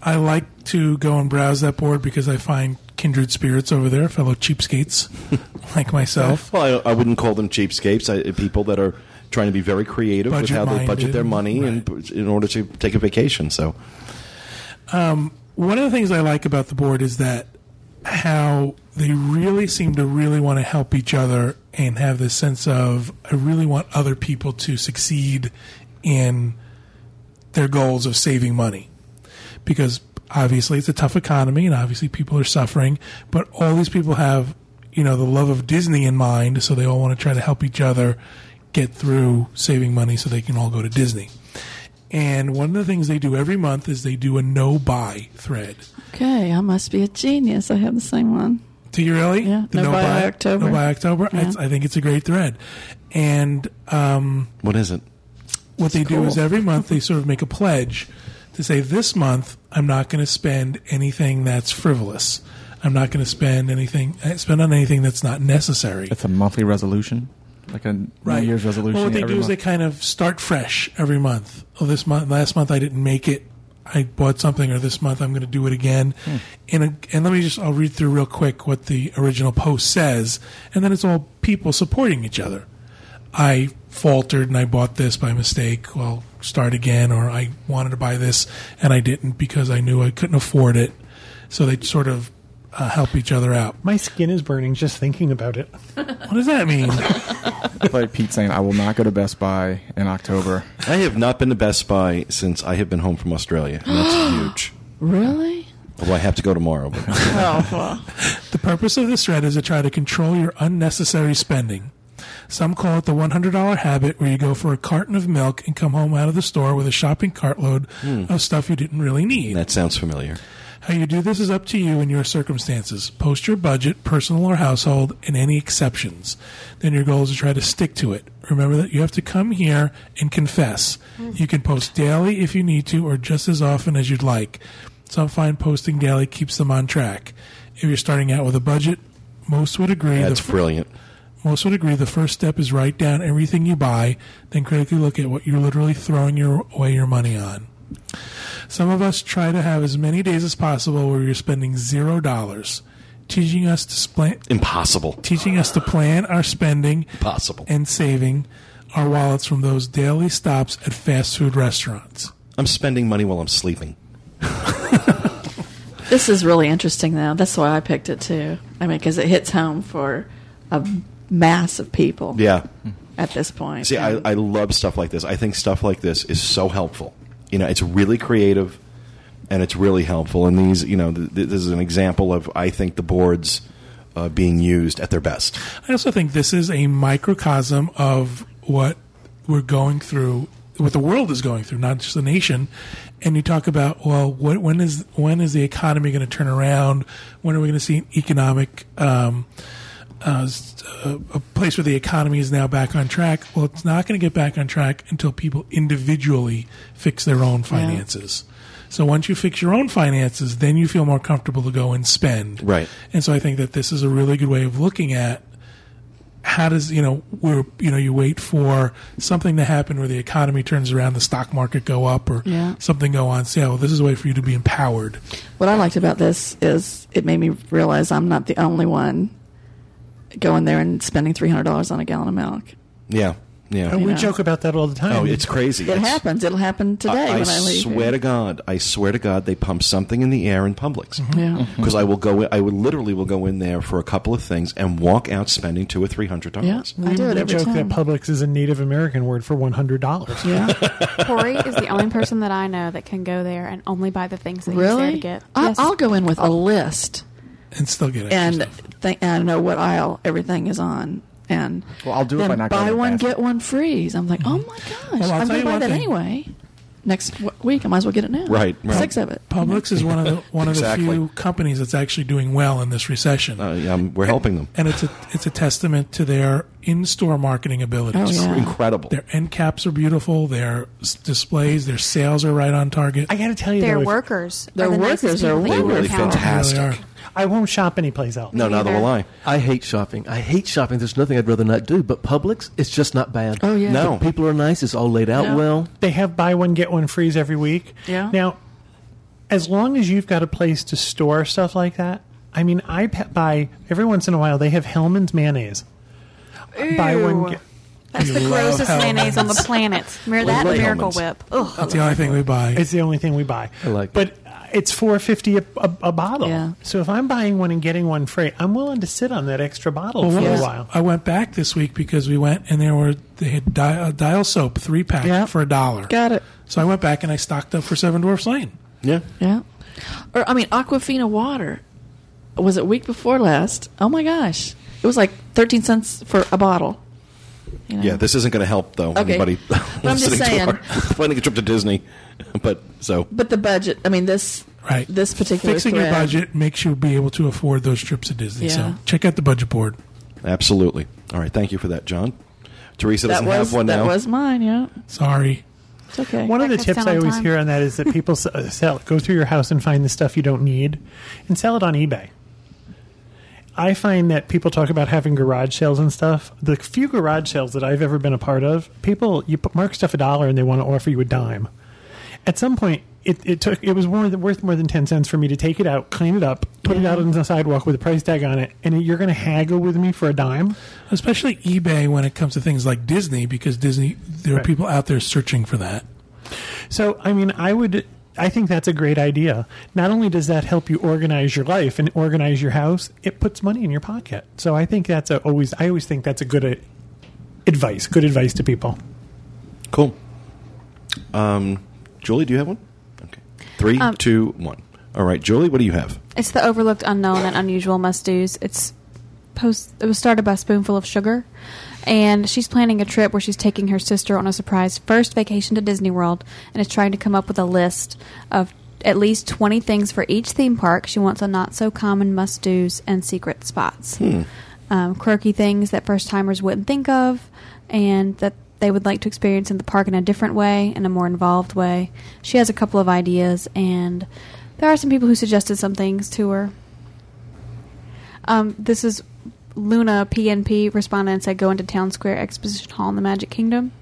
S2: I like to go and browse that board because I find kindred spirits over there, fellow cheapskates like myself.
S1: Well, I, I wouldn't call them cheapskates. I, people that are trying to be very creative with how they budget
S2: Budget-minded,
S1: their money
S2: right.
S1: and, in order to take a vacation. So,
S2: One of the things I like about the board is that how they really seem to really want to help each other and have this sense of I really want other people to succeed in their goals of saving money. because obviously it's a tough economy and obviously people are suffering, but all these people have, you know, the love of Disney in mind, so they all want to try to help each other get through saving money so they can all go to Disney. And one of the things they do every month is they do a no buy thread.
S6: Okay, I must be a genius. I have the same one.
S2: Do you really?
S6: Yeah,
S2: The
S6: no buy October.
S2: No buy October.
S6: Yeah.
S2: It's- I think it's a great thread. And um,
S1: what is it?
S2: what they do is every month they sort of make a pledge to say this month I'm not going to spend anything that's frivolous. I'm not going to spend anything uh, spend on anything that's not necessary.
S3: It's a monthly resolution, like a New Year's resolution.
S2: Well, what they
S3: every
S2: do is
S3: month.
S2: they kind of start fresh every month. Oh, this month, last month I didn't make it. I bought something, or this month I'm going to do it again.
S3: Hmm.
S2: And a, and let me just I'll read through real quick what the original post says, and then it's all people supporting each other. I faltered and I bought this by mistake. Well, start again, or I wanted to buy this and I didn't because I knew I couldn't afford it. So they sort of uh, help each other out.
S4: my skin is burning just thinking about it.
S2: What does that mean?
S3: It's like Pete saying, "I will not go to Best Buy in October."
S1: I have not been to Best Buy since I have been home from Australia, and that's huge.
S6: Really?
S1: Although I have to go tomorrow. But
S6: Oh, well.
S2: The purpose of this thread is to try to control your unnecessary spending. Some call it the $100 habit, where you go for a carton of milk and come home out of the store with a shopping cartload of stuff you didn't really need.
S1: that sounds familiar.
S2: How you do this is up to you and your circumstances. Post your budget, personal or household, and any exceptions. Then your goal is to try to stick to it. Remember that you have to come here and confess. You can post daily if you need to, or just as often as you'd like. Some find posting daily keeps them on track. If you're starting out with a budget, most would agree
S1: That's
S2: the
S1: brilliant.
S2: most would agree the first step is write down everything you buy, then critically look at what you're literally throwing your, away your money on. Some of us try to have as many days as possible where you're spending zero dollars, teaching us to spl-
S1: Impossible.
S2: teaching us to plan our spending
S1: Impossible.
S2: and saving our wallets from those daily stops at fast food restaurants.
S1: I'm spending money while I'm sleeping.
S6: This is really interesting, though. That's why I picked it, too. I mean, because it hits home for a mass of people
S1: Yeah.
S6: at this point.
S1: See, I,
S6: And-
S1: I love stuff like this. I think stuff like this is so helpful. You know, it's really creative, and it's really helpful. And these, you know, th- th- this is an example of I think the boards uh, being used at their best.
S2: I also think this is a microcosm of what we're going through, what the world is going through, not just the nation. And you talk about, well, what, when is when is the economy going to turn around? When are we going to see an economic um, uh, s- uh, a place where the economy is now back on track? Well, it's not going to get back on track until people individually fix their own finances. So once you fix your own finances, then you feel more comfortable to go and spend.
S1: Right.
S2: And so I think that this is a really good way of looking at how does you know where you know you wait for something to happen where the economy turns around, the stock market go up, or
S6: Yeah.
S2: something go on sale. This is a way for you to be empowered.
S6: What I liked about this is it made me realize I'm not the only one going there and spending $300 on a gallon of milk.
S1: Yeah, yeah.
S4: we
S6: know.
S4: joke about that all the time.
S1: Oh, it's crazy.
S6: Oh, It
S1: It's-
S6: happens. It'll happen today
S1: I, I
S6: when I leave.
S1: swear to God, I swear to God, they pump something in the air in Publix.
S6: Yeah.
S1: Because I will go, in, I will literally will go in there for a couple of things and walk out spending two or three hundred
S6: Yeah.
S1: dollars.
S6: I do it
S4: we
S6: every
S4: joke that
S6: time.
S4: Publix is a Native American word for one hundred dollars.
S6: yeah.
S8: Corey is the only person that I know that can go there and only buy the things that he's there to
S6: really?
S8: get.
S6: I,
S8: Yes.
S6: I'll go in with a list
S2: And still get it.
S6: and think, and I know what aisle everything is on. and
S3: Well, I'll do it
S6: then
S3: by not going
S6: buy
S3: to
S6: one
S3: Bass.
S6: get one free. I'm like, oh my gosh,
S2: Well, I'll
S6: I'm
S2: tell
S6: going
S2: you
S6: to buy
S2: one
S6: that
S2: thing.
S6: anyway. Next w- week, I might as well get it now.
S1: Right, right.
S6: six of it.
S2: Publix is one of the one of
S1: Exactly.
S2: the few companies that's actually doing well in this recession,
S1: Uh, yeah, um, we're helping them.
S2: and it's a it's a testament to their in store marketing
S6: Oh
S2: abilities.
S6: yeah,
S1: Incredible.
S2: Their end caps are beautiful. Their s- displays, their sales are right on target.
S4: I got to tell you,
S9: Their
S4: though, if-
S9: workers.
S6: Their
S9: are the
S6: workers
S9: nicest
S6: are
S9: people
S1: They
S9: in
S1: really
S9: town.
S2: They
S1: fantastic.
S2: really are.
S4: I won't shop anyplace else.
S1: No, neither will I.
S7: I hate shopping. I hate shopping. There's nothing I'd rather not do. But Publix, it's just not bad.
S6: Oh, yeah.
S1: No.
S7: The people are nice. It's all laid out
S6: No.
S7: well.
S4: They have buy one get one frees every week.
S6: Yeah.
S4: Now, as long as you've got a place to store stuff like that, I mean, I pe- buy every once in a while. They have Hellman's mayonnaise. Buy one. Get,
S5: That's the
S2: love
S5: grossest
S2: how-
S5: mayonnaise on the planet. Mirror that
S7: love
S5: Miracle
S7: almonds.
S5: Whip. Ugh.
S2: That's the only thing we buy.
S4: it's the only thing we buy.
S7: I like
S4: But it's four fifty a, a, a bottle.
S6: Yeah.
S4: So if I'm buying one and getting one free, I'm willing to sit on that extra bottle
S2: Well,
S4: for
S2: what
S6: Yeah.
S4: a
S2: was-
S4: while.
S2: I went back this week because we went and there were they had di- uh, dial soap three pack
S6: Yeah.
S2: for a dollar.
S6: got it.
S2: So I went back and I stocked up for Seven Dwarfs Lane.
S1: Yeah.
S6: Yeah, or I mean, Aquafina water was it week before last? Oh my gosh, it was like thirteen cents for a bottle. You know?
S1: Yeah, this isn't going to help, though,
S6: Okay.
S1: anybody
S6: But I'm just
S1: listening
S6: saying.
S1: to our planning a trip to Disney. But so,
S6: but the budget. I mean, this
S2: Right.
S6: this particular
S2: Fixing your
S6: thread-
S2: budget makes you be able to afford those trips to Disney.
S6: Yeah.
S2: So check out the budget board.
S1: absolutely. All right. Thank you for that, John. Teresa
S6: That
S1: doesn't
S6: was
S1: have one
S6: that
S1: now.
S6: was mine. Yeah,
S2: Sorry.
S6: it's okay.
S4: One of the
S5: That cuts
S4: tips
S5: down
S4: I
S5: on
S4: always
S5: time.
S4: hear on that is that people s- uh, sell go through your house and find the stuff you don't need and sell it on eBay. I find that people talk about having garage sales and stuff. The few garage sales that I've ever been a part of, people you put, mark stuff a dollar and they want to offer you a dime. At some point, it, it took it was more than, worth more than ten cents for me to take it out, clean it up, put it out on the sidewalk with a price tag on it, and you're going to haggle with me for a dime.
S2: Especially eBay when it comes to things like Disney because Disney, there are
S4: Right.
S2: people out there searching for that.
S4: So, I mean, I would. I think that's a great idea. Not only does that help you organize your life and organize your house, it puts money in your pocket. So I think that's a always. I always think that's a good uh, advice. Good advice to people.
S1: Cool. Um, Julie, do you have one? Okay. Three, two, one.
S5: Um,
S1: All right, Julie, what do you have?
S5: It's the overlooked, unknown, and unusual must dos. It's post. It was started by Spoonful of Sugar, and she's planning a trip where she's taking her sister on a surprise first vacation to Disney World, and is trying to come up with a list of at least twenty things for each theme park. She wants a not so common must dos and secret spots, um, quirky things that first timers wouldn't think of, and that. They would like to experience in the park in a different way, in a more involved way. She has a couple of ideas, and there are some people who suggested some things to her. Um, this is Luna PNP responded and said, "Go into Town Square Exposition Hall in the Magic Kingdom.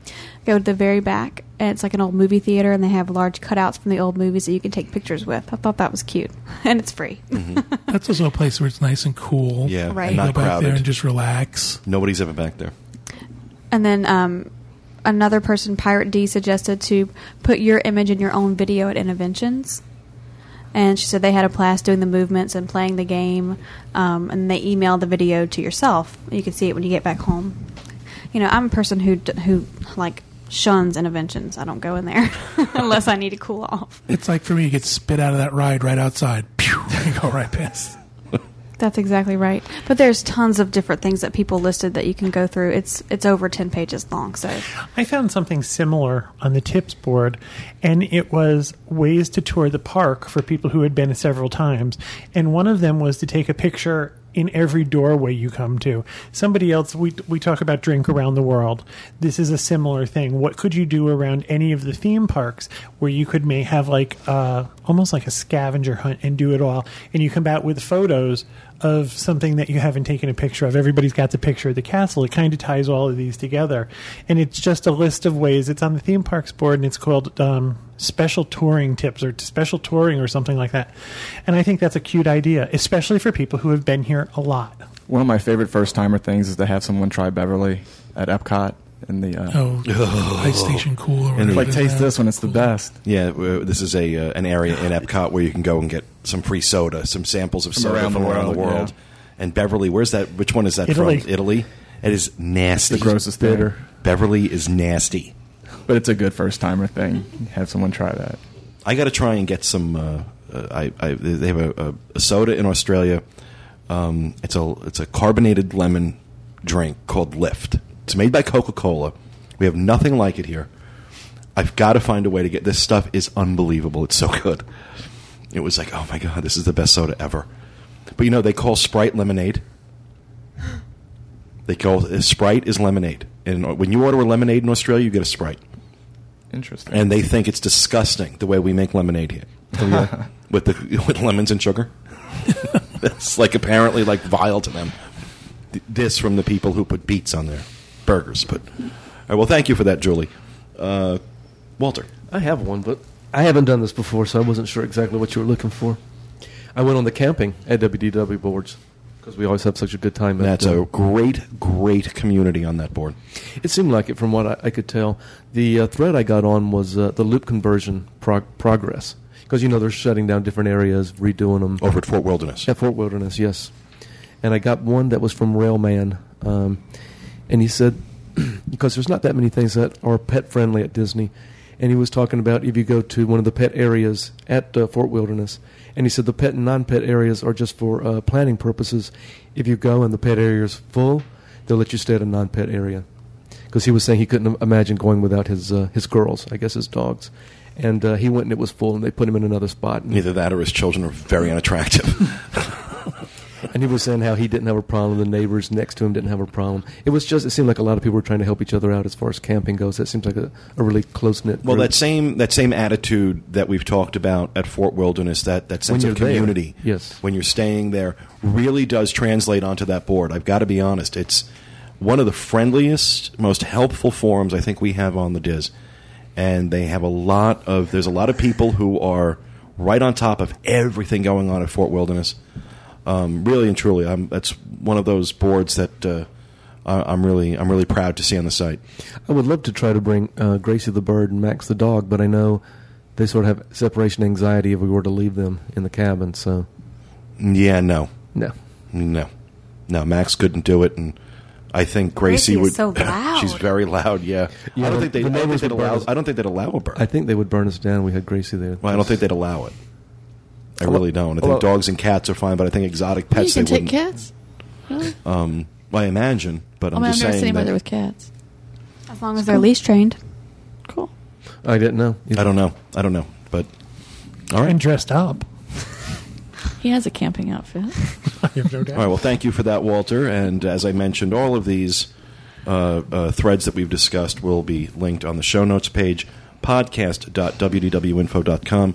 S5: Go to the very back, and it's like an old movie theater, and they have large cutouts from the old movies that you can take pictures with. I thought that was cute, and it's free.
S2: That's also a place where it's nice and cool.
S1: Yeah, and
S5: Right.
S2: You go
S1: not
S2: back there and
S1: crowded.
S2: just relax.
S1: Nobody's ever back there.
S5: And then um, another person, Pirate D, suggested to put your image in your own video at interventions. And she said they had a class doing the movements and playing the game, um, and they emailed the video to yourself. You can see it when you get back home. You know, I'm a person who d- who like shuns interventions. I don't go in there unless I need to cool off.
S2: It's like for me, you get spit out of that ride right outside. Pew, you go right past.
S5: That's exactly right. But there's tons of different things that people listed that you can go through. It's it's over ten pages long, so
S4: I found something similar on the tips board, and it was ways to tour the park for people who had been several times. And one of them was to take a picture in every doorway you come to. Somebody else, we, we talk about drink around the world. This is a similar thing. What could you do around any of the theme parks where you could may have like uh, almost like a scavenger hunt and do it all? And you come out with photos of something that you haven't taken a picture of. Everybody's got the picture of the castle. It kind of ties all of these together. And it's just a list of ways. It's on the theme parks board and it's called um, special touring tips or special touring or something like that. And I think that's a cute idea, especially for people who have been here a lot.
S3: One of my favorite first timer things is to have someone try Beverly at Epcot and the. Uh,
S2: Oh, ice station cooler.
S1: And
S3: it's Like taste this one; it's the best.
S1: Yeah, w- this is a uh, an area in Epcot where you can go and get some free soda, some samples of
S3: From
S1: soda
S3: around
S1: from
S3: the
S1: around the
S3: world,
S1: world.
S3: yeah.
S1: And Beverly, where's that? Which one is that
S4: Italy.
S1: from? Italy. It is nasty.
S3: The grossest thing.
S1: Bitter. Beverly is nasty.
S3: But it's a good first timer thing. Have someone try that.
S1: I got to try and get some. Uh, uh, I, I they have a, a, a soda in Australia. Um, it's a it's a carbonated lemon drink called Lift. It's made by Coca Cola. We have nothing like it here. I've got to find a way to get this stuff is unbelievable. It's so good. It was like, oh my god, this is the best soda ever. But you know, they call Sprite lemonade. They call uh, Sprite is lemonade, and when you order a lemonade in Australia, you get a Sprite
S3: Interesting.
S1: and they think it's disgusting the way we make lemonade here with the with lemons and sugar. it's like apparently like vile to them. Th- This from the people who put beets on their burgers. But all right, well, thank you for that, Julie. Uh, Walter,
S7: I have one, but I haven't done this before, so I wasn't sure exactly what you were looking for. I went on the camping at WDW boards because we always have such a good time. at,
S1: that's
S7: uh,
S1: a great, great community on that board.
S7: It seemed like it from what I, I could tell. The uh, thread I got on was uh, the loop conversion prog- progress because you know they're shutting down different areas, redoing them.
S1: Over at Fort Wilderness.
S7: At Fort Wilderness, yes. And I got one that was from Railman, um, and he said because there's not that many things that are pet friendly at Disney, and he was talking about if you go to one of the pet areas at uh, Fort Wilderness, and he said the pet and non-pet areas are just for uh, planning purposes. If you go and the pet area is full, they'll let you stay at a non-pet area because he was saying he couldn't imagine going without his uh, his girls, I guess his dogs. And uh, he went and it was full, and they put him in another spot. And
S1: Neither that or his children are very unattractive.
S7: And he was saying how he didn't have a problem, the neighbors next to him didn't have a problem. It was just, it seemed like a lot of people were trying to help each other out as far as camping goes. That seems like a, a really close knit
S1: well, that same that same attitude that we've talked about at Fort Wilderness, that that sense
S7: When
S1: of
S7: you're there.
S1: community,
S7: Yes.
S1: when you're staying there, really does translate onto that board. I've got to be honest; it's one of the friendliest, most helpful forums I think we have on the Diz, and they have a lot of. There's a lot of people who are right on top of everything going on at Fort Wilderness. Um, really and truly, I'm, that's one of those boards that uh, I- I'm really I'm really proud to see on the site.
S7: I would love to try to bring uh, Gracie the bird and Max the dog, but I know they sort of have separation anxiety if we were to leave them in the cabin, so
S1: Yeah, no.
S7: no.
S1: No, no, Max couldn't do it, and I think
S8: Gracie
S1: Gracie,
S8: is
S1: would.
S8: so loud.
S1: she's very loud. Yeah,
S7: Yeah,
S1: I don't
S7: the-
S1: think they.
S7: the
S1: I don't think
S7: neighbors
S1: they'd
S7: would burn
S1: allow.
S7: us.
S1: I don't think they'd allow a burn.
S7: I think they would burn us down. We had Gracie there.
S1: well, I don't think they'd allow it. I really don't. I think
S7: well-
S1: dogs and cats are fine, but I think exotic pets
S6: you can
S1: they
S6: take
S1: wouldn't.
S6: cats. Really?
S1: Um, well, I imagine, but
S6: I
S1: I'm
S6: mean, I've
S1: just
S6: never seen
S1: saying
S6: anybody
S1: that-
S6: with cats.
S8: As long as they're leash trained.
S6: Cool.
S7: I didn't know.
S1: I don't know. I don't know, but all right.
S4: and dressed up.
S6: He has a camping outfit.
S4: I have no doubt.
S1: All right. Well, thank you for that, Walter. And as I mentioned, all of these uh, uh, threads that we've discussed will be linked on the show notes page, podcast.wdwinfo.com.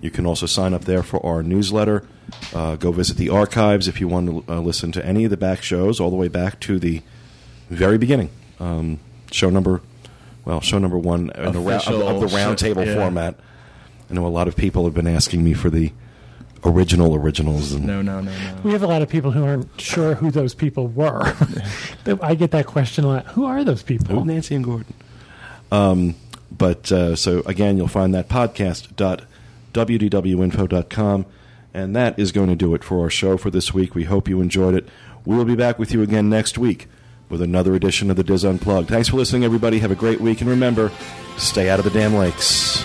S1: You can also sign up there for our newsletter. Uh, go visit the archives if you want to uh, listen to any of the back shows, all the way back to the very beginning. Um, show number, well, show number one in the ra- of, the- of the
S3: Official
S1: roundtable
S3: show, yeah.
S1: format. I know a lot of people have been asking me for the original originals. And
S3: no, no, no, no.
S4: We have a lot of people who aren't sure who those people were. I get that question a lot. Who are those people?
S1: Oh, Nancy and Gordon. Um, but uh, so again, you'll find that podcast.wdwinfo.com. And that is going to do it for our show for this week. We hope you enjoyed it. We will be back with you again next week with another edition of the Diz Unplugged. Thanks for listening, everybody. Have a great week. And remember, stay out of the damn lakes.